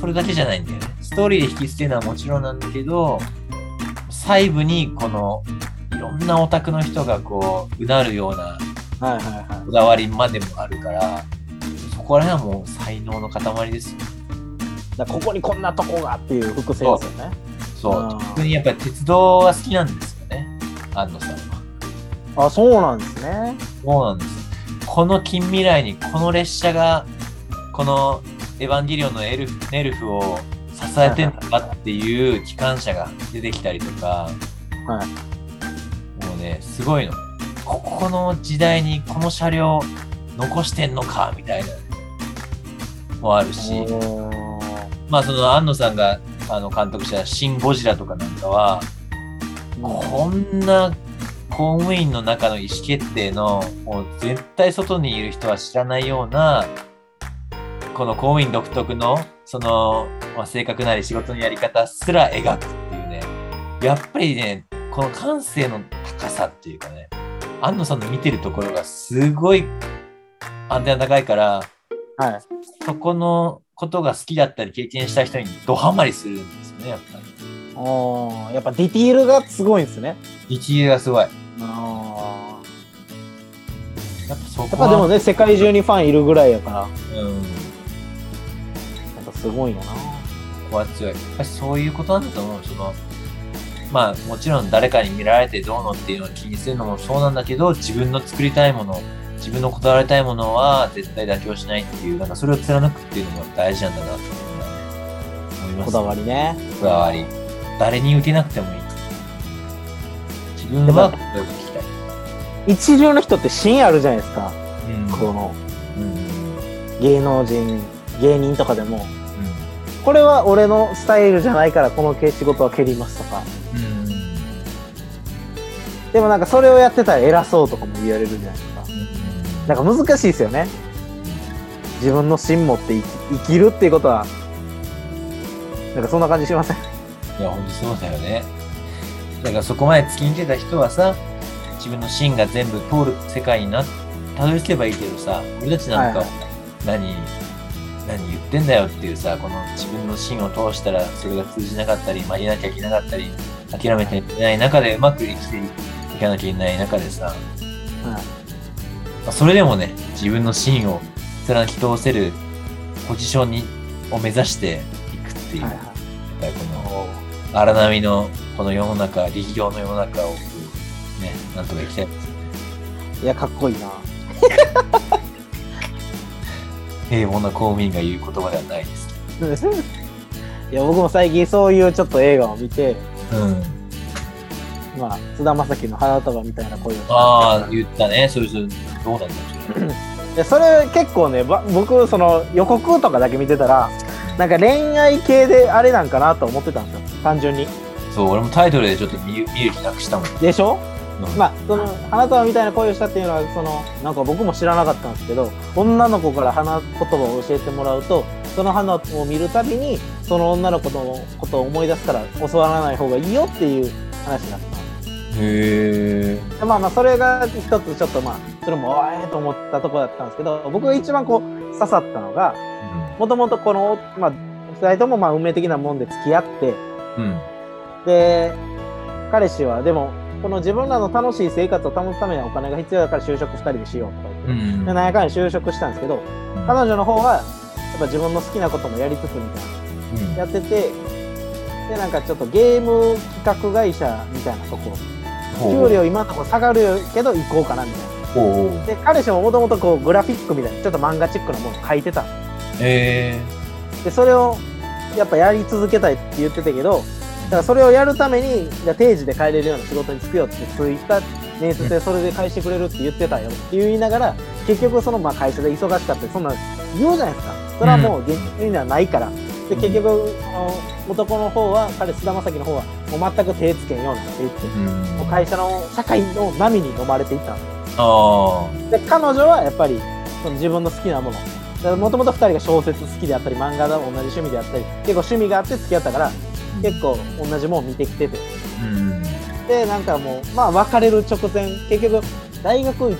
Speaker 1: それだけじゃないんだよね。ストーリーで引き捨てるのはもちろんなんだけど、細部にこの、いろんなオタクの人がこう、うなるような
Speaker 2: はいはいは
Speaker 1: こだわりまでもあるから、そこら辺はもう才能の塊ですよ。
Speaker 2: い。だからここにこんなとこがっていう伏線ですよね。
Speaker 1: そう
Speaker 2: あ。ー
Speaker 1: 特にやっぱり鉄道が好きなんですよね。安野さんは。
Speaker 2: あ、そうなんですね。
Speaker 1: そうなんです。この近未来にこの列車が、このエヴァンゲリオンのエルフネルフを支えてんだかっていう機関車が出てきたりとか、
Speaker 2: は
Speaker 1: もうね、すごいの。ここの時代にこの車両残してんのか、みたいな。もあるし。
Speaker 2: おー
Speaker 1: まあその安野さんがあの監督した「シン・ゴジラ」とかなんかはこんな公務員の中の意思決定のもう絶対外にいる人は知らないようなこの公務員独特のその、まあ、性格なり仕事のやり方すら描くっていうねやっぱりねこの感性の高さっていうかね安野さんの見てるところがすごいアンテナ高いから
Speaker 2: はい。
Speaker 1: そこのことが好きだったり経験した人にドハマりするんですよね、やっぱり。
Speaker 2: おーやっぱディティールがすごいんですね。
Speaker 1: 力入がすごい。やっ
Speaker 2: あ
Speaker 1: ぱそ
Speaker 2: や
Speaker 1: こ
Speaker 2: っぱ
Speaker 1: は。
Speaker 2: でもね、世界中にファンいるぐらいやから、や
Speaker 1: うん。
Speaker 2: っぱすごいよな。
Speaker 1: ここは強い。やっぱりそういうことなんだと思う。その、まあもちろん誰かに見られてどうのっていうのを気にするのもそうなんだけど、自分の作りたいもの、自分のこだわりたいものは絶対妥協しないっていう、なんかそれを貫くっていうのも大事なんだなと思うな思います。
Speaker 2: こだわりね。
Speaker 1: こだわり。誰に受けなくてもいい。自分はこれを聞きたい。
Speaker 2: 一流の人って芯あるじゃないですか。
Speaker 1: うん
Speaker 2: この
Speaker 1: うん。
Speaker 2: 芸能人、芸人とかでも。
Speaker 1: うん
Speaker 2: これは俺のスタイルじゃないからこの仕事は蹴りますとか。
Speaker 1: うん
Speaker 2: でもなんかそれをやってたら偉そうとかも言われるじゃないですか。なんか難しいですよね。自分の芯持って生き生きるっていうことは、なんかそんな感じしません。
Speaker 1: いや、ほんとそうだよね。だからそこまで突き抜けた人はさ、自分の芯が全部通る世界になたどり着けばいいけどさ、俺たちなんか、
Speaker 2: はい
Speaker 1: 何、何言ってんだよっていうさ、この自分の芯を通したらそれが通じなかったり、曲げなきゃいけなかったり、諦めていけない中でうまく生きていかなきゃいけない中でさ、
Speaker 2: はい
Speaker 1: まあそれでもね、自分の芯を貫き通せるポジションにを目指していくっていう、
Speaker 2: はい
Speaker 1: やっ
Speaker 2: は
Speaker 1: ぱりこの
Speaker 2: い。おー
Speaker 1: 荒波のこの世の中、力量の世の中をこうね、なんとかいきたい。
Speaker 2: いや、かっこいいな。
Speaker 1: 平凡な公務員が言う言葉ではないですけ
Speaker 2: <laughs> いや、僕も最近そういうちょっと映画を見て、
Speaker 1: ど。うん。
Speaker 2: まあ、菅田将暉の花束みたいな声をして
Speaker 1: ああ、言ったね。それそれ、どうなんだろう。
Speaker 2: でそれ結構ね、ば僕、その予告とかだけ見てたら、なんか恋愛系であれなんかなと思ってたんですよ。単純に。
Speaker 1: そう、俺もタイトルでちょっと見る見る気なくしたもん。
Speaker 2: でしょ
Speaker 1: うん
Speaker 2: まあ、その、花束みたいな恋をしたっていうのは、その、なんか僕も知らなかったんですけど、女の子から花言葉を教えてもらうと、その花を見るたびに、その女の子のことを思い出すから、教わらない方がいいよっていう話になったんです
Speaker 1: へえ。
Speaker 2: でまあまあそれが一つちょっとまあそれもええと思ったところだったんですけど僕が一番こう刺さったのがもともとこのまあ2人ともまあ運命的なもんで付き合って
Speaker 1: うん。うん。
Speaker 2: で彼氏はでもこの自分らの楽しい生活を保つためにはお金が必要だから就職2人でしようとか言って、
Speaker 1: うん。
Speaker 2: でなんやかんや就職したんですけど彼女の方はやっぱ自分の好きなこともやりつつみたいな
Speaker 1: うん
Speaker 2: やっててでなんかちょっとゲーム企画会社みたいなとこ
Speaker 1: ほう
Speaker 2: 給料今のところ下がるけど行こうかなみたいな。
Speaker 1: ほう。
Speaker 2: で彼氏ももともとこうグラフィックみたいなちょっと漫画チックなものを書いてたんで
Speaker 1: え
Speaker 2: すでそれをやっぱやり続けたいって言ってたけどだからそれをやるためにじゃあ定時で帰れるような仕事に就くよって就いた面接でそれで返してくれるって言ってたよって言いながら結局そのまあ会社で忙しかったりそんなん言うじゃないですかそれはもう現実にはないから、で結局その男の方は彼菅田将暉の方はもう全く手つけんようになっていって
Speaker 1: ー。うん。
Speaker 2: もう会社の社会の波に飲まれていったんです
Speaker 1: あ
Speaker 2: で彼女はやっぱりその自分の好きなものもともと2人が小説好きであったり漫画だ同じ趣味であったり結構趣味があって付き合ったから
Speaker 1: あ。
Speaker 2: 結。構同じもん見てきてて
Speaker 1: うん。
Speaker 2: でなんかもうまあ別れる直前結局大学2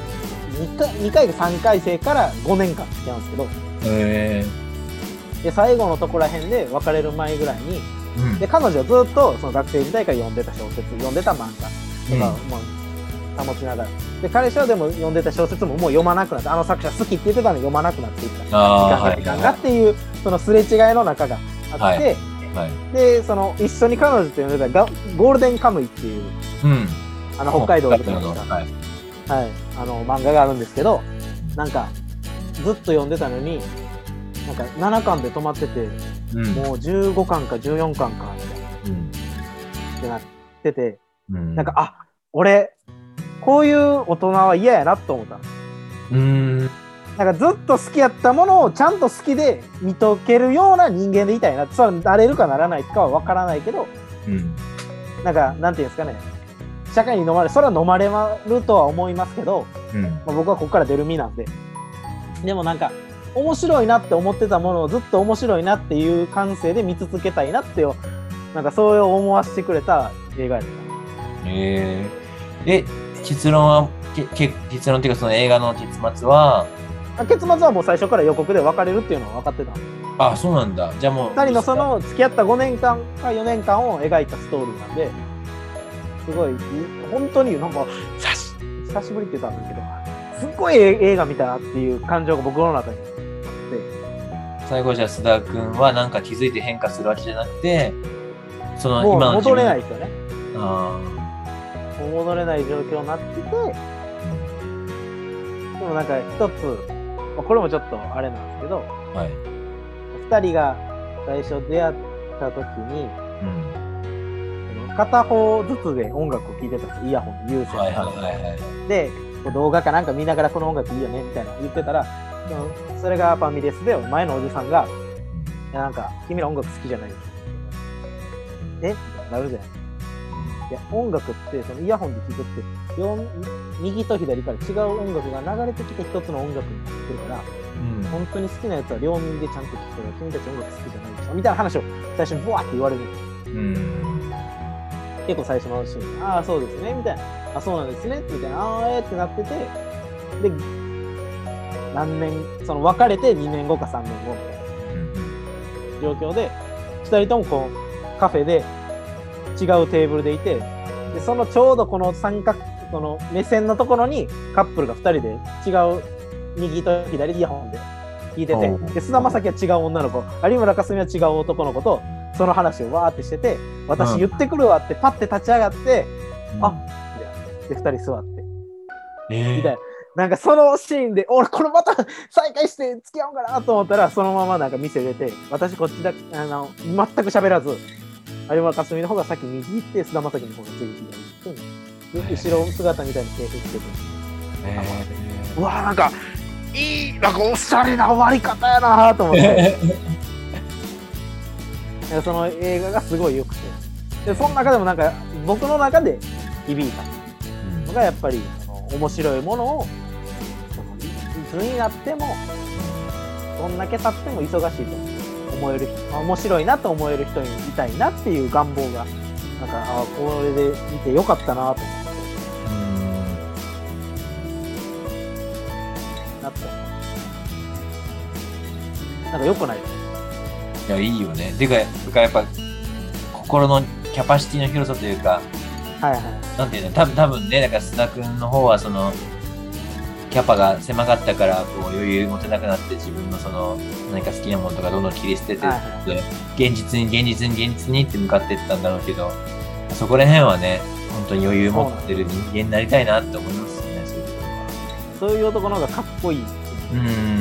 Speaker 2: 回 ,2 回か3回生から5年間付き合うんですけど
Speaker 1: ええ。
Speaker 2: で最後のとこら辺で別れる前ぐらいに
Speaker 1: うん
Speaker 2: で彼女はずっとその学生時代から読んでた小説読んでた漫画とかも保ちながらで彼氏はでも読んでた小説ももう読まなくなってあの作者好きって言ってたのに読まなくなっていった。時間
Speaker 1: ああ、は
Speaker 2: が
Speaker 1: い。
Speaker 2: 時間がっていうそのすれ違いの中があって、
Speaker 1: はい。
Speaker 2: でその一緒に彼女と呼んでたがゴールデンカムイっていう
Speaker 1: うん。
Speaker 2: あの北海道で
Speaker 1: 北
Speaker 2: 出
Speaker 1: 海
Speaker 2: た、
Speaker 1: 道の。
Speaker 2: は
Speaker 1: は
Speaker 2: い、
Speaker 1: い。
Speaker 2: あの漫画があるんですけどなんかずっと読んでたのになんか7巻で止まってて
Speaker 1: うん。
Speaker 2: もう15巻か14巻かみたいな
Speaker 1: うん
Speaker 2: ってなってて
Speaker 1: うん
Speaker 2: なんかあ俺こういう大人は嫌やなと思った
Speaker 1: うーん。
Speaker 2: なんかずっと好きやったものをちゃんと好きで見とけるような人間でいたいな。そうなれるかならないかは分からないけど、
Speaker 1: うん。
Speaker 2: なんか、なんていうんですかね。社会に飲まれ、それは飲まれまるとは思いますけど、
Speaker 1: うん。
Speaker 2: まあ、僕はここから出る身なんで。でもなんか、面白いなって思ってたものをずっと面白いなっていう感性で見続けたいなってよ、なんかそう思わせてくれた映画やった
Speaker 1: えー、え、結論は、けけ結論っていうかその映画の結末は、
Speaker 2: あ結末はもう最初から予告で別れるっていうのは分かってた
Speaker 1: あそうなんだ。じゃあもう。
Speaker 2: 2人のその付き合った5年間か4年間を描いたストーリーなんで、すごい、い本当になんか、久し久しぶりって言ったんだけど、すっごいえ映画見たなっていう感情が僕の中に。
Speaker 1: 最後じゃあ須田くんはなんか気づいて変化するわけじゃなくて、その
Speaker 2: もう
Speaker 1: 今の
Speaker 2: 戻れない
Speaker 1: い。
Speaker 2: ですよね。
Speaker 1: あ
Speaker 2: もう戻れない状況になってて、でもなんか一つ、まあこれもちょっとあれなんですけど、
Speaker 1: あ、はい。
Speaker 2: 2人が最初出会った時に、
Speaker 1: うん。
Speaker 2: 片方ずつで音楽を聴いてたんですイヤホンで有線で。
Speaker 1: はいはいはいはい。
Speaker 2: でこう動画かなんか見ながらこの音楽いいよねみたいな言ってたらそのそれがファミレスでお前のおじさんが「いやなんか君ら音楽好きじゃないですか」えみたいななるじゃないいや音楽ってそのイヤホンで聴くってよん右と左から違う音楽が流れてきて一つの音楽になってるから
Speaker 1: うん。うん
Speaker 2: 本当に好きなやつは両耳でちゃんと聴くから君たち音楽好きじゃないでしょみたいな話を最初にブワーって言われる
Speaker 1: うん。
Speaker 2: 結構最初のシーン、ああ、そうですね、みたいな、あそうなんですね、みたいな、ああ、えーってなってて、で、何年、その別れて2年後か3年後みたいな状況で、2人ともこう、カフェで違うテーブルでいて、で、そのちょうどこの三角、この目線のところにカップルが2人で違う、右と左でイヤホンで聞いて
Speaker 1: おう
Speaker 2: て、で、菅田将暉は違う女の子、有村架純は違う男の子と、その話をわーってしてて、私言ってくるわってパッて立ち上がって、あで、二人座って。
Speaker 1: え
Speaker 2: みたい
Speaker 1: え
Speaker 2: な。なんかそのシーンで、俺これまた再会して付き合おうかなと思ったら、そのままなんか店出て、私こっちだけ、あの、全く喋らず、有村架純の方が先右行って、菅田将暉の方が次左行って、で後ろ姿みたいに制服着てて、うわーなんか、いい、なんかおしゃれな終わり方やなと思って。
Speaker 1: <laughs>
Speaker 2: なんかその映画がすごい良くてでその中でもなんか僕の中で響いたのがやっぱりその面白いものをそのいつになってもどんだけ経っても忙しいと思える人面白いなと思える人にいたいなっていう願望がなんかああこれで見てよかったなとなったなんか良くない
Speaker 1: いや、いいよね。てか、てかやっぱ、心のキャパシティの広さというか、
Speaker 2: はいはい
Speaker 1: なんていうの、多分多分ね、だから須田君の方は、その、キャパが狭かったから、こう、余裕持てなくなって、自分のその、何か好きなものとかどんどん切り捨てて
Speaker 2: はい、はい
Speaker 1: 現実に現実に現実にって向かっていったんだろうけどそこら辺はね本当に余裕持ってる人間になりたいなって思いますよねそういうとこ
Speaker 2: そういう男の方がかっこいい
Speaker 1: ろ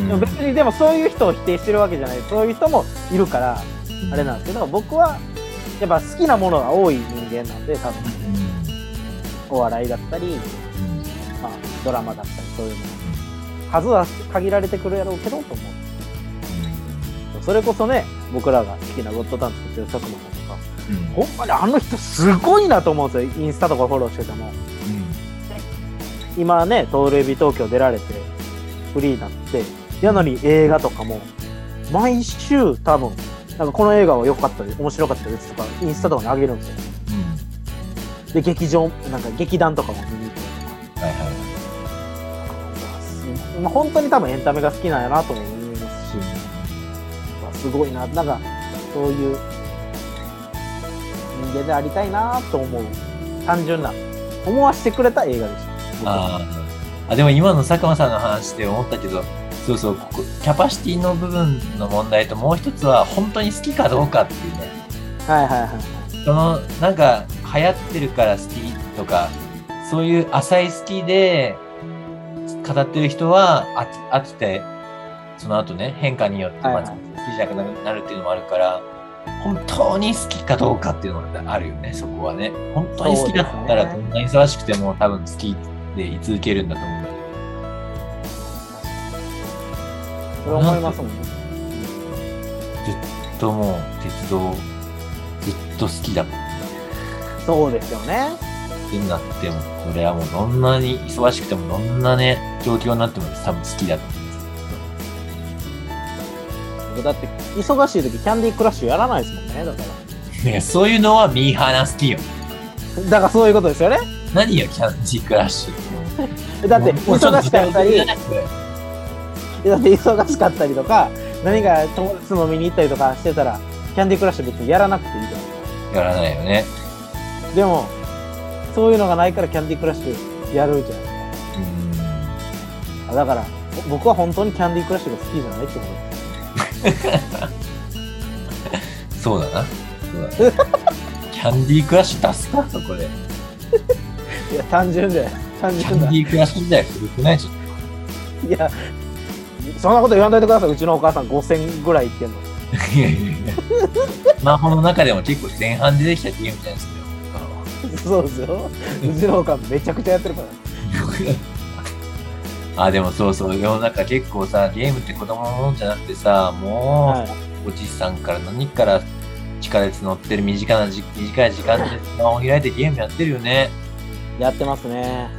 Speaker 2: でも別
Speaker 1: は
Speaker 2: にでもそういう人を否定してるわけじゃないそういう人もいるから
Speaker 1: うん
Speaker 2: あれなんですけど僕はやっぱ好きなものが多い人間なんで多分お笑いだったり、
Speaker 1: うん
Speaker 2: まあ、ドラマだったりそういうもの数は限られてくるやろうけどと思うそれこそね僕らが好きなゴッドタン作ってる佐久間さんとか
Speaker 1: うん
Speaker 2: ほんまにあの人すごいなと思うんですよインスタとかフォローしてても今ね東レビ東京出られてフリーになってやのに映画とかも毎週多分なんかこの映画は良かったです面白かったですとかインスタとかに上げるんですよ
Speaker 1: うんうん
Speaker 2: で劇場なんか劇団とかも見に行った
Speaker 1: はい
Speaker 2: り
Speaker 1: は
Speaker 2: とかすまあ、本当に多分エンタメが好きなんやなとも思いますしまあすごいななんかそういう人間でありたいなと思う単純な思わせてくれた映画でした僕は
Speaker 1: あーあでも今の佐久間さんの話で思ったけどそうそうここキャパシティの部分の問題ともう一つは本当に好きかどうかっていうね
Speaker 2: はいはいはい
Speaker 1: そのなんか流行ってるから好きとかそういう浅い好きで語ってる人は飽き飽きてその後ね変化によって
Speaker 2: は
Speaker 1: ま
Speaker 2: いはい
Speaker 1: あ好きじゃなくなるっていうのもあるから本当に好きかどうかっていうのがあるよねそこはね本当に好きだったら
Speaker 2: そ
Speaker 1: ど
Speaker 2: うですね
Speaker 1: んなに忙しくても多分好きで居続けるんだと思うんだよ
Speaker 2: それ思いますもんね
Speaker 1: ずっともう鉄道ずっと好きだっ
Speaker 2: そうですよね
Speaker 1: てなってもそれはもうどんなに忙しくてもどんなね状況になっても多分好きだと思う
Speaker 2: 僕だって忙しい時キャンディークラッシュやらないですもんねだか
Speaker 1: ねそういうのはミーハーな好きよ。
Speaker 2: ら <laughs> だからそういうことですよね
Speaker 1: 何よ、キャンディークラッシュって。
Speaker 2: だって忙
Speaker 1: もう
Speaker 2: しかったり
Speaker 1: ちょっと時間が足りない
Speaker 2: い <laughs> やだって忙しかったりとか何か友達と飲みに行ったりとかしてたらキャンディークラッシュ別にやらなくていいじゃん
Speaker 1: やらないよね。
Speaker 2: でもそういうのがないからキャンディークラッシュやるじゃん
Speaker 1: う
Speaker 2: あだからぼ僕は本当にキャンディークラッシュが好きじゃないってことで
Speaker 1: ん。そうだな。そうだなキャンディークラッシュ出すかそこで。
Speaker 2: すいや単
Speaker 1: <laughs>
Speaker 2: 純だよ単
Speaker 1: キャ
Speaker 2: 純
Speaker 1: ンデ
Speaker 2: だい
Speaker 1: ィークラッシュ自体古く
Speaker 2: <laughs>
Speaker 1: ないちょっと。
Speaker 2: やそんなこと言わないでくださいうちのお母さん5000ぐらいいってんの <laughs>
Speaker 1: いやいやいや。スマホの中でも結構前半出てきたゲームじゃないですか。
Speaker 2: そうですようちのおかんめちゃくちゃやってるから
Speaker 1: <laughs> あ、でもそうそう、世の中結構さ、ゲームって子供のもんじゃなくてさ、もう、
Speaker 2: はい
Speaker 1: おじさんから何から地下鉄乗ってる短なじ短い時間でスマホ開いてゲームやってるよね。
Speaker 2: やってますね。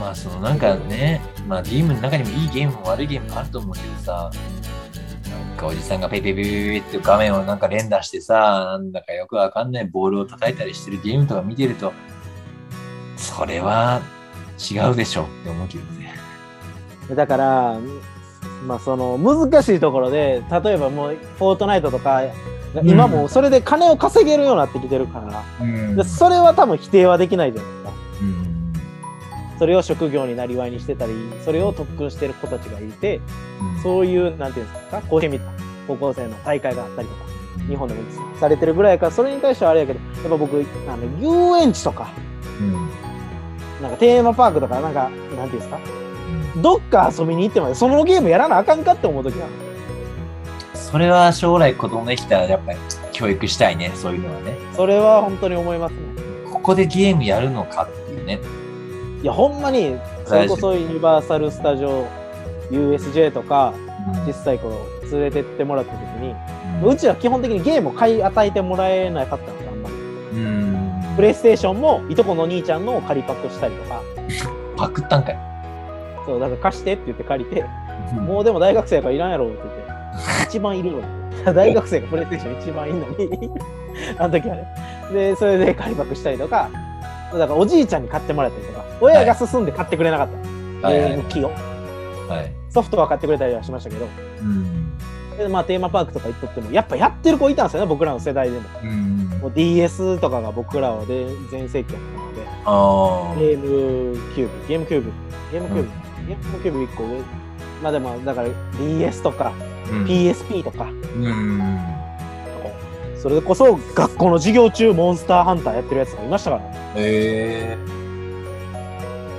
Speaker 1: まあそのなんかね、まあゲームの中にもいいゲームも悪いゲームもあると思うけどさ、なんかおじさんがペペペペペペって画面をなんか連打してさ、なんだかよくわかんないボールを叩いたりしてるゲームとか見てると、それは違うでしょって思うけどね。
Speaker 2: だから、まあその難しいところで、例えばもうフォートナイトとか、
Speaker 1: ん
Speaker 2: 今もうそれで金を稼げるようになってきてるから、
Speaker 1: うん
Speaker 2: でそれは多分否定はできないじゃないですか。
Speaker 1: うん
Speaker 2: それを職業になりわいにしてたり、それを特訓してる子たちがいて、そういう、なんていうんですか、甲子園みたいな高校生の大会があったりとか、日本でもされてるぐらいやから、それに対してはあれやけど、やっぱ僕、あの遊園地とか、
Speaker 1: うん
Speaker 2: なんかテーマパークとか、なんか、なんていうんですか、どっか遊びに行ってまで、そのゲームやらなあかんかって思うときは、
Speaker 1: それは将来子供できたらやっぱり教育したいね、そういうのはね。
Speaker 2: それは本当に思いますね。
Speaker 1: ここでゲームやるのかっていうね。
Speaker 2: いや、ほんまに、それこそユニバーサル・スタジオ、USJ とか、小さい頃連れてってもらった時に、
Speaker 1: うん
Speaker 2: うちは基本的にゲームを買い与えてもらえないかったんですよ、あんまり。
Speaker 1: うん
Speaker 2: プレイステーションも、いとこの兄ちゃんのを借りパクしたりとか、
Speaker 1: パクったんかい。
Speaker 2: そう、だから貸してって言って借りて、もうでも大学生やからいらんやろって言って、一番いるの
Speaker 1: <laughs>
Speaker 2: に。大学生がプレイステーション一番いいのに、 <laughs> あの時あれ。で、それで借りパクしたりとか、だからおじいちゃんに買ってもらったりとか、親が進んで買ってくれなかった。
Speaker 1: はい
Speaker 2: ゲ
Speaker 1: は
Speaker 2: ー
Speaker 1: い
Speaker 2: ム機を。
Speaker 1: はい。
Speaker 2: ソフトは買ってくれたりはしましたけど、
Speaker 1: うん。
Speaker 2: でまあ、テーマパークとか行っとっても、やっぱやってる子いたんですよね、僕らの世代でも。
Speaker 1: うん
Speaker 2: もう DS とかが僕らはで全盛期だった
Speaker 1: あ
Speaker 2: ので、ゲームキューブ、ゲームキューブ、ゲームキューブ、ゲームキューブ1個上。まあでも、だから DS とか
Speaker 1: ーうん
Speaker 2: PSP と
Speaker 1: う
Speaker 2: か、
Speaker 1: ん。
Speaker 2: それこそ学校の授業中、モンスターハンターやってるやつがいましたから、ね、
Speaker 1: え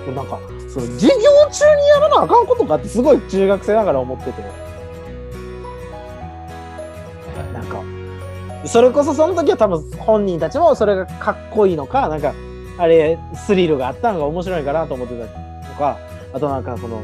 Speaker 2: もうなんか、その授業中にやらなあかんことかって、すごい中学生ながら思ってて。なんか、それこそその時は多分本人たちもそれがかっこいいのか、なんか、あれ、スリルがあったのが面白いかなと思ってたとか、あとなんかその、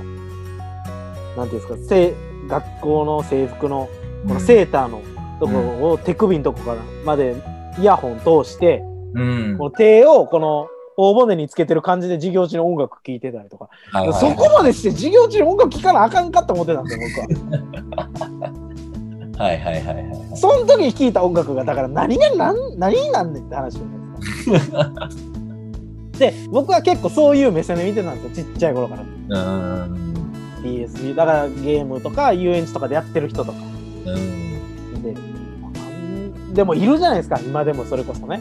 Speaker 2: なんていうんですか、せ学校の制服の、このセーターのところを手首のとこからまでイヤホン通して、
Speaker 1: うん。
Speaker 2: この手をこの頬骨につけてる感じで授業中の音楽聴いてたりとか、
Speaker 1: はいはい
Speaker 2: そこまでして授業中に音楽聴かなあかんかって思ってたんですよ、僕は。
Speaker 1: <laughs> はいはいはいはい。
Speaker 2: その時に聴いた音楽がだから何が何何になんねんって話じゃないですか。で僕は結構そういう目線で見てたんですよちっちゃい頃から
Speaker 1: うん。
Speaker 2: DS だからゲームとか遊園地とかでやってる人とか
Speaker 1: うん。
Speaker 2: ででもいるじゃないですか今でもそれこそね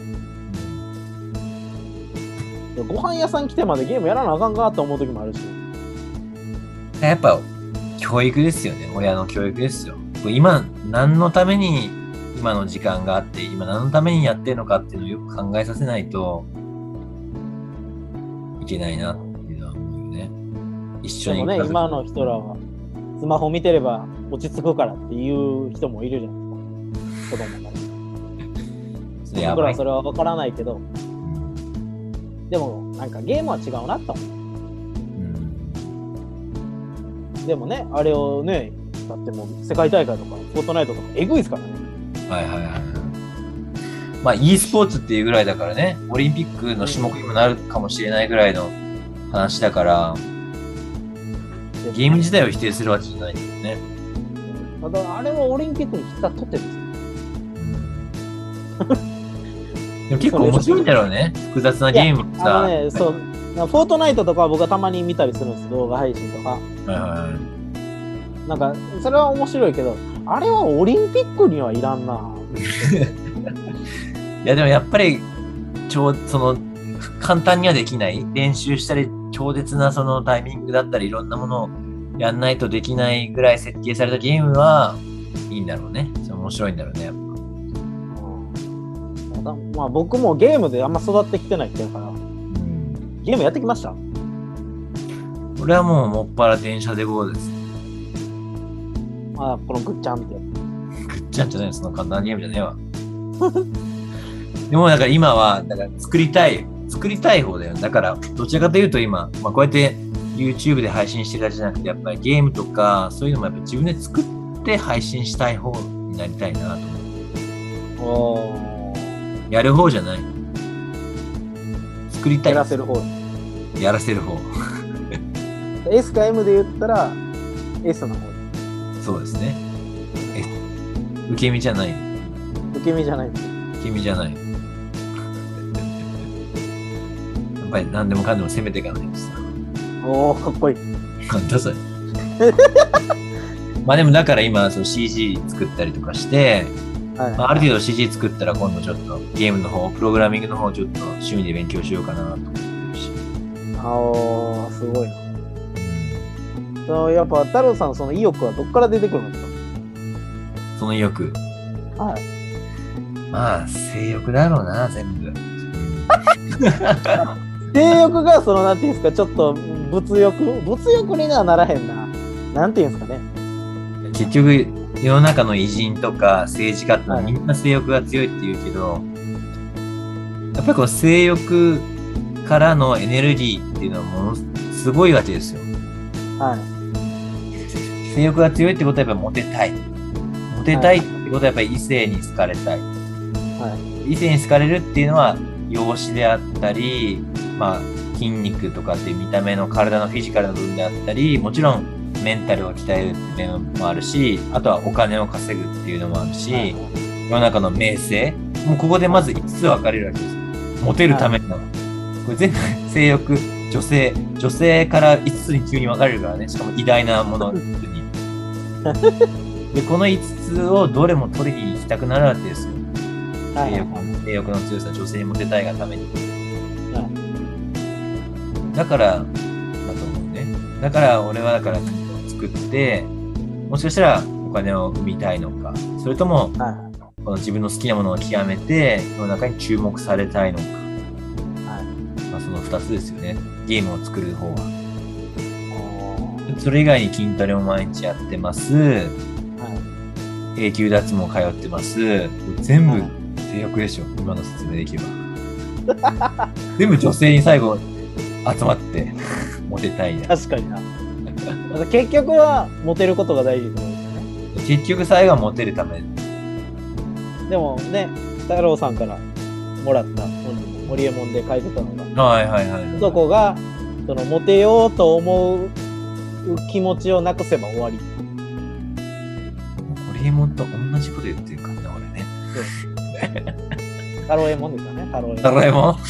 Speaker 2: ご飯屋さん来てまでゲームやらなあかんかと思う時もあるし
Speaker 1: やっぱ、教育ですよね。親の教育ですよ。今、何のために今の時間があって、今何のためにやってるのかっていうのをよく考えさせないといけないなっていうのは思うよね。一
Speaker 2: で
Speaker 1: 緒に
Speaker 2: もね今の人らはスマホ見てれば落ち着くからっていう人もいるじゃないですか子供から
Speaker 1: それや
Speaker 2: 僕
Speaker 1: ば
Speaker 2: らはいそれは分からないけどでもなんかゲームは違うなと思
Speaker 1: うん
Speaker 2: うでもねあれをねだってもう世界大会とかフォートナイトとかえぐいですからね
Speaker 1: はいはいはいはい。まあ e スポーツっていうぐらいだからね、オリンピックの種目にもなるかもしれないぐらいの話だから、ゲーム自体を否定するわけじゃないんだよね。
Speaker 2: ただあれはオリンピックに来たとってですよ
Speaker 1: <laughs> でも結構面白いんだろうね、複雑なゲームも
Speaker 2: あ
Speaker 1: さ。
Speaker 2: のねそうフォートナイトとかは僕はたまに見たりするんです動画配信とか
Speaker 1: はいはいはい
Speaker 2: なんかそれは面白いけどあれはオリンピックにはいらんな。
Speaker 1: いやでもやっぱり超その簡単にはできない練習したり超絶なそのタイミングだったりいろんなものをやんないとできないぐらい設計されたゲームはいいんだろうねその面白いんだろうねやっぱ
Speaker 2: まあまあ僕もゲームであんま育ってきてないっていうから
Speaker 1: うん
Speaker 2: ゲームやってきました
Speaker 1: 俺はもうもっぱら電車でゴーです
Speaker 2: まあこのグッチャンって。
Speaker 1: ぐっちゃんじゃないよその簡単なゲームじゃねえわでもだから今はだから作りたい作りたい方だよだからどちらかというと今、まあ、こうやって YouTube で配信してるだけじゃなくてやっぱりゲームとかそういうのもやっぱ自分で作って配信したい方になりたいなと思う
Speaker 2: お
Speaker 1: やる方じゃない作りたい
Speaker 2: やらせる方
Speaker 1: やらせる方
Speaker 2: S か M で言ったら S の方
Speaker 1: そうですねえ受け身じゃない
Speaker 2: 受け身じゃないです
Speaker 1: 受け身じゃないやっぱり何でもかんでも攻めていかないです
Speaker 2: おおかっこいい
Speaker 1: なんだそれ。 <laughs> まあでもだから今その CG 作ったりとかして、
Speaker 2: はい、
Speaker 1: まあ、ある程度 CG 作ったら今度ちょっとゲームの方、プログラミングの方をちょっと趣味で勉強しようかなと思ってるし。
Speaker 2: あおーすごいなそうやっぱ太郎さんのその意欲はどっから出てくるんです
Speaker 1: その意欲。
Speaker 2: かはい
Speaker 1: まあ性欲だろうな、全部。
Speaker 2: 性欲がそのなんていうんですかちょっと物欲物欲にはならへんななんていうんですかね
Speaker 1: 結局世の中の偉人とか政治家ってのはみんな性欲が強いって言うけど、やっぱりこの性欲からのエネルギーっていうのはものすごいわけですよ。
Speaker 2: はい
Speaker 1: 性欲が強いってことはやっぱモテたい。モテたいってことはやっぱり異性に好かれたい。
Speaker 2: は
Speaker 1: 異性に好かれるっていうのは容姿であったり、まあ、筋肉とかっていう見た目の体のフィジカルの部分であったり、もちろんメンタルを鍛えるっていうのもあるし、あとはお金を稼ぐっていうのもあるし、
Speaker 2: い
Speaker 1: 世の中の名声。もうここでまず5つ分かれるわけです。モテるための。これ全部性欲、女性、女性から5つに急に分かれるからね。しかも偉大なものに。で、この5つをどれも取りに行きたくなるわけですよ。
Speaker 2: はい
Speaker 1: 性欲の性欲の強さ、女性にモテたいがために。
Speaker 2: は
Speaker 1: だから、だと思うね。だから、俺はだから作って、もしかしたらお金を生みたいのか、それとも
Speaker 2: いは
Speaker 1: この自分の好きなものを極めて世の中に注目されたいのか、
Speaker 2: いはい
Speaker 1: まあ、その2つですよねゲームを作る方は
Speaker 2: おー
Speaker 1: それ以外に筋トレも毎日やってます
Speaker 2: はい
Speaker 1: 永久脱毛通ってます全
Speaker 2: は
Speaker 1: 部
Speaker 2: い
Speaker 1: 性欲でしょ今の説明できれば <laughs> 全部女性に最後集まってモテたいや
Speaker 2: 確かにな結局はモテることが大事ってことですよ
Speaker 1: <laughs>
Speaker 2: ね
Speaker 1: 結局最後はモテるため
Speaker 2: でもね、太郎さんからもらった本に森右衛門で書いてたのが、
Speaker 1: はいはいはい
Speaker 2: 男がそのモテようと思う気持ちをなくせば終わり。
Speaker 1: ホリエモンと同じこと言ってるからね俺ね
Speaker 2: 太郎右衛門ですよね、太郎右衛
Speaker 1: ド
Speaker 2: 門。
Speaker 1: ラえもんもうなんか、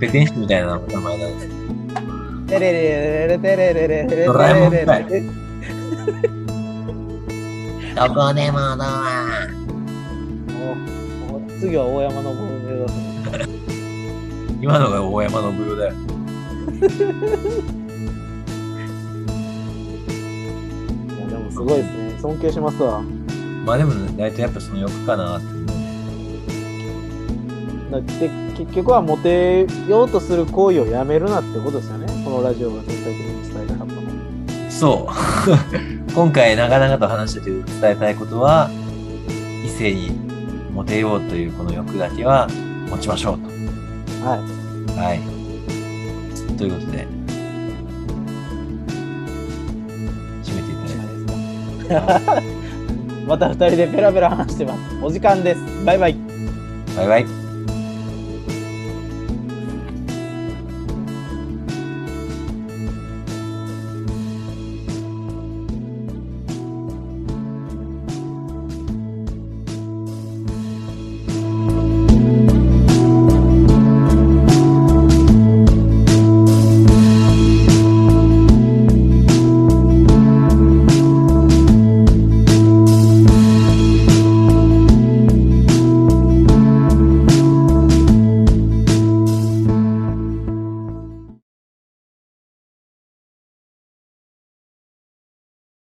Speaker 1: ペテン師みたいな名前だね。
Speaker 2: テレレレレテレレレレレレレレ
Speaker 1: ドラえもんみたい
Speaker 2: レレ
Speaker 1: どこでもドア
Speaker 2: もうもう次は大山の部分目指す。
Speaker 1: 今のが大山の舞踊だよ。
Speaker 2: いやでもすごいですね。尊敬しますわ。
Speaker 1: まあでも、大体やっぱその欲かなって思う。
Speaker 2: だって結局はモテようとする行為をやめるなってことですよね。このラジオが全体的に伝えたかったのは。
Speaker 1: そう。 <laughs> 今回、長々と話してて伝えたいことは、異性にモテようというこの欲だけは持ちましょう
Speaker 2: はい。
Speaker 1: と。はい。ということで、締めていただいて。
Speaker 2: また二人でペラペラ話してます。お時間です。バイバイ。
Speaker 1: バイバイ。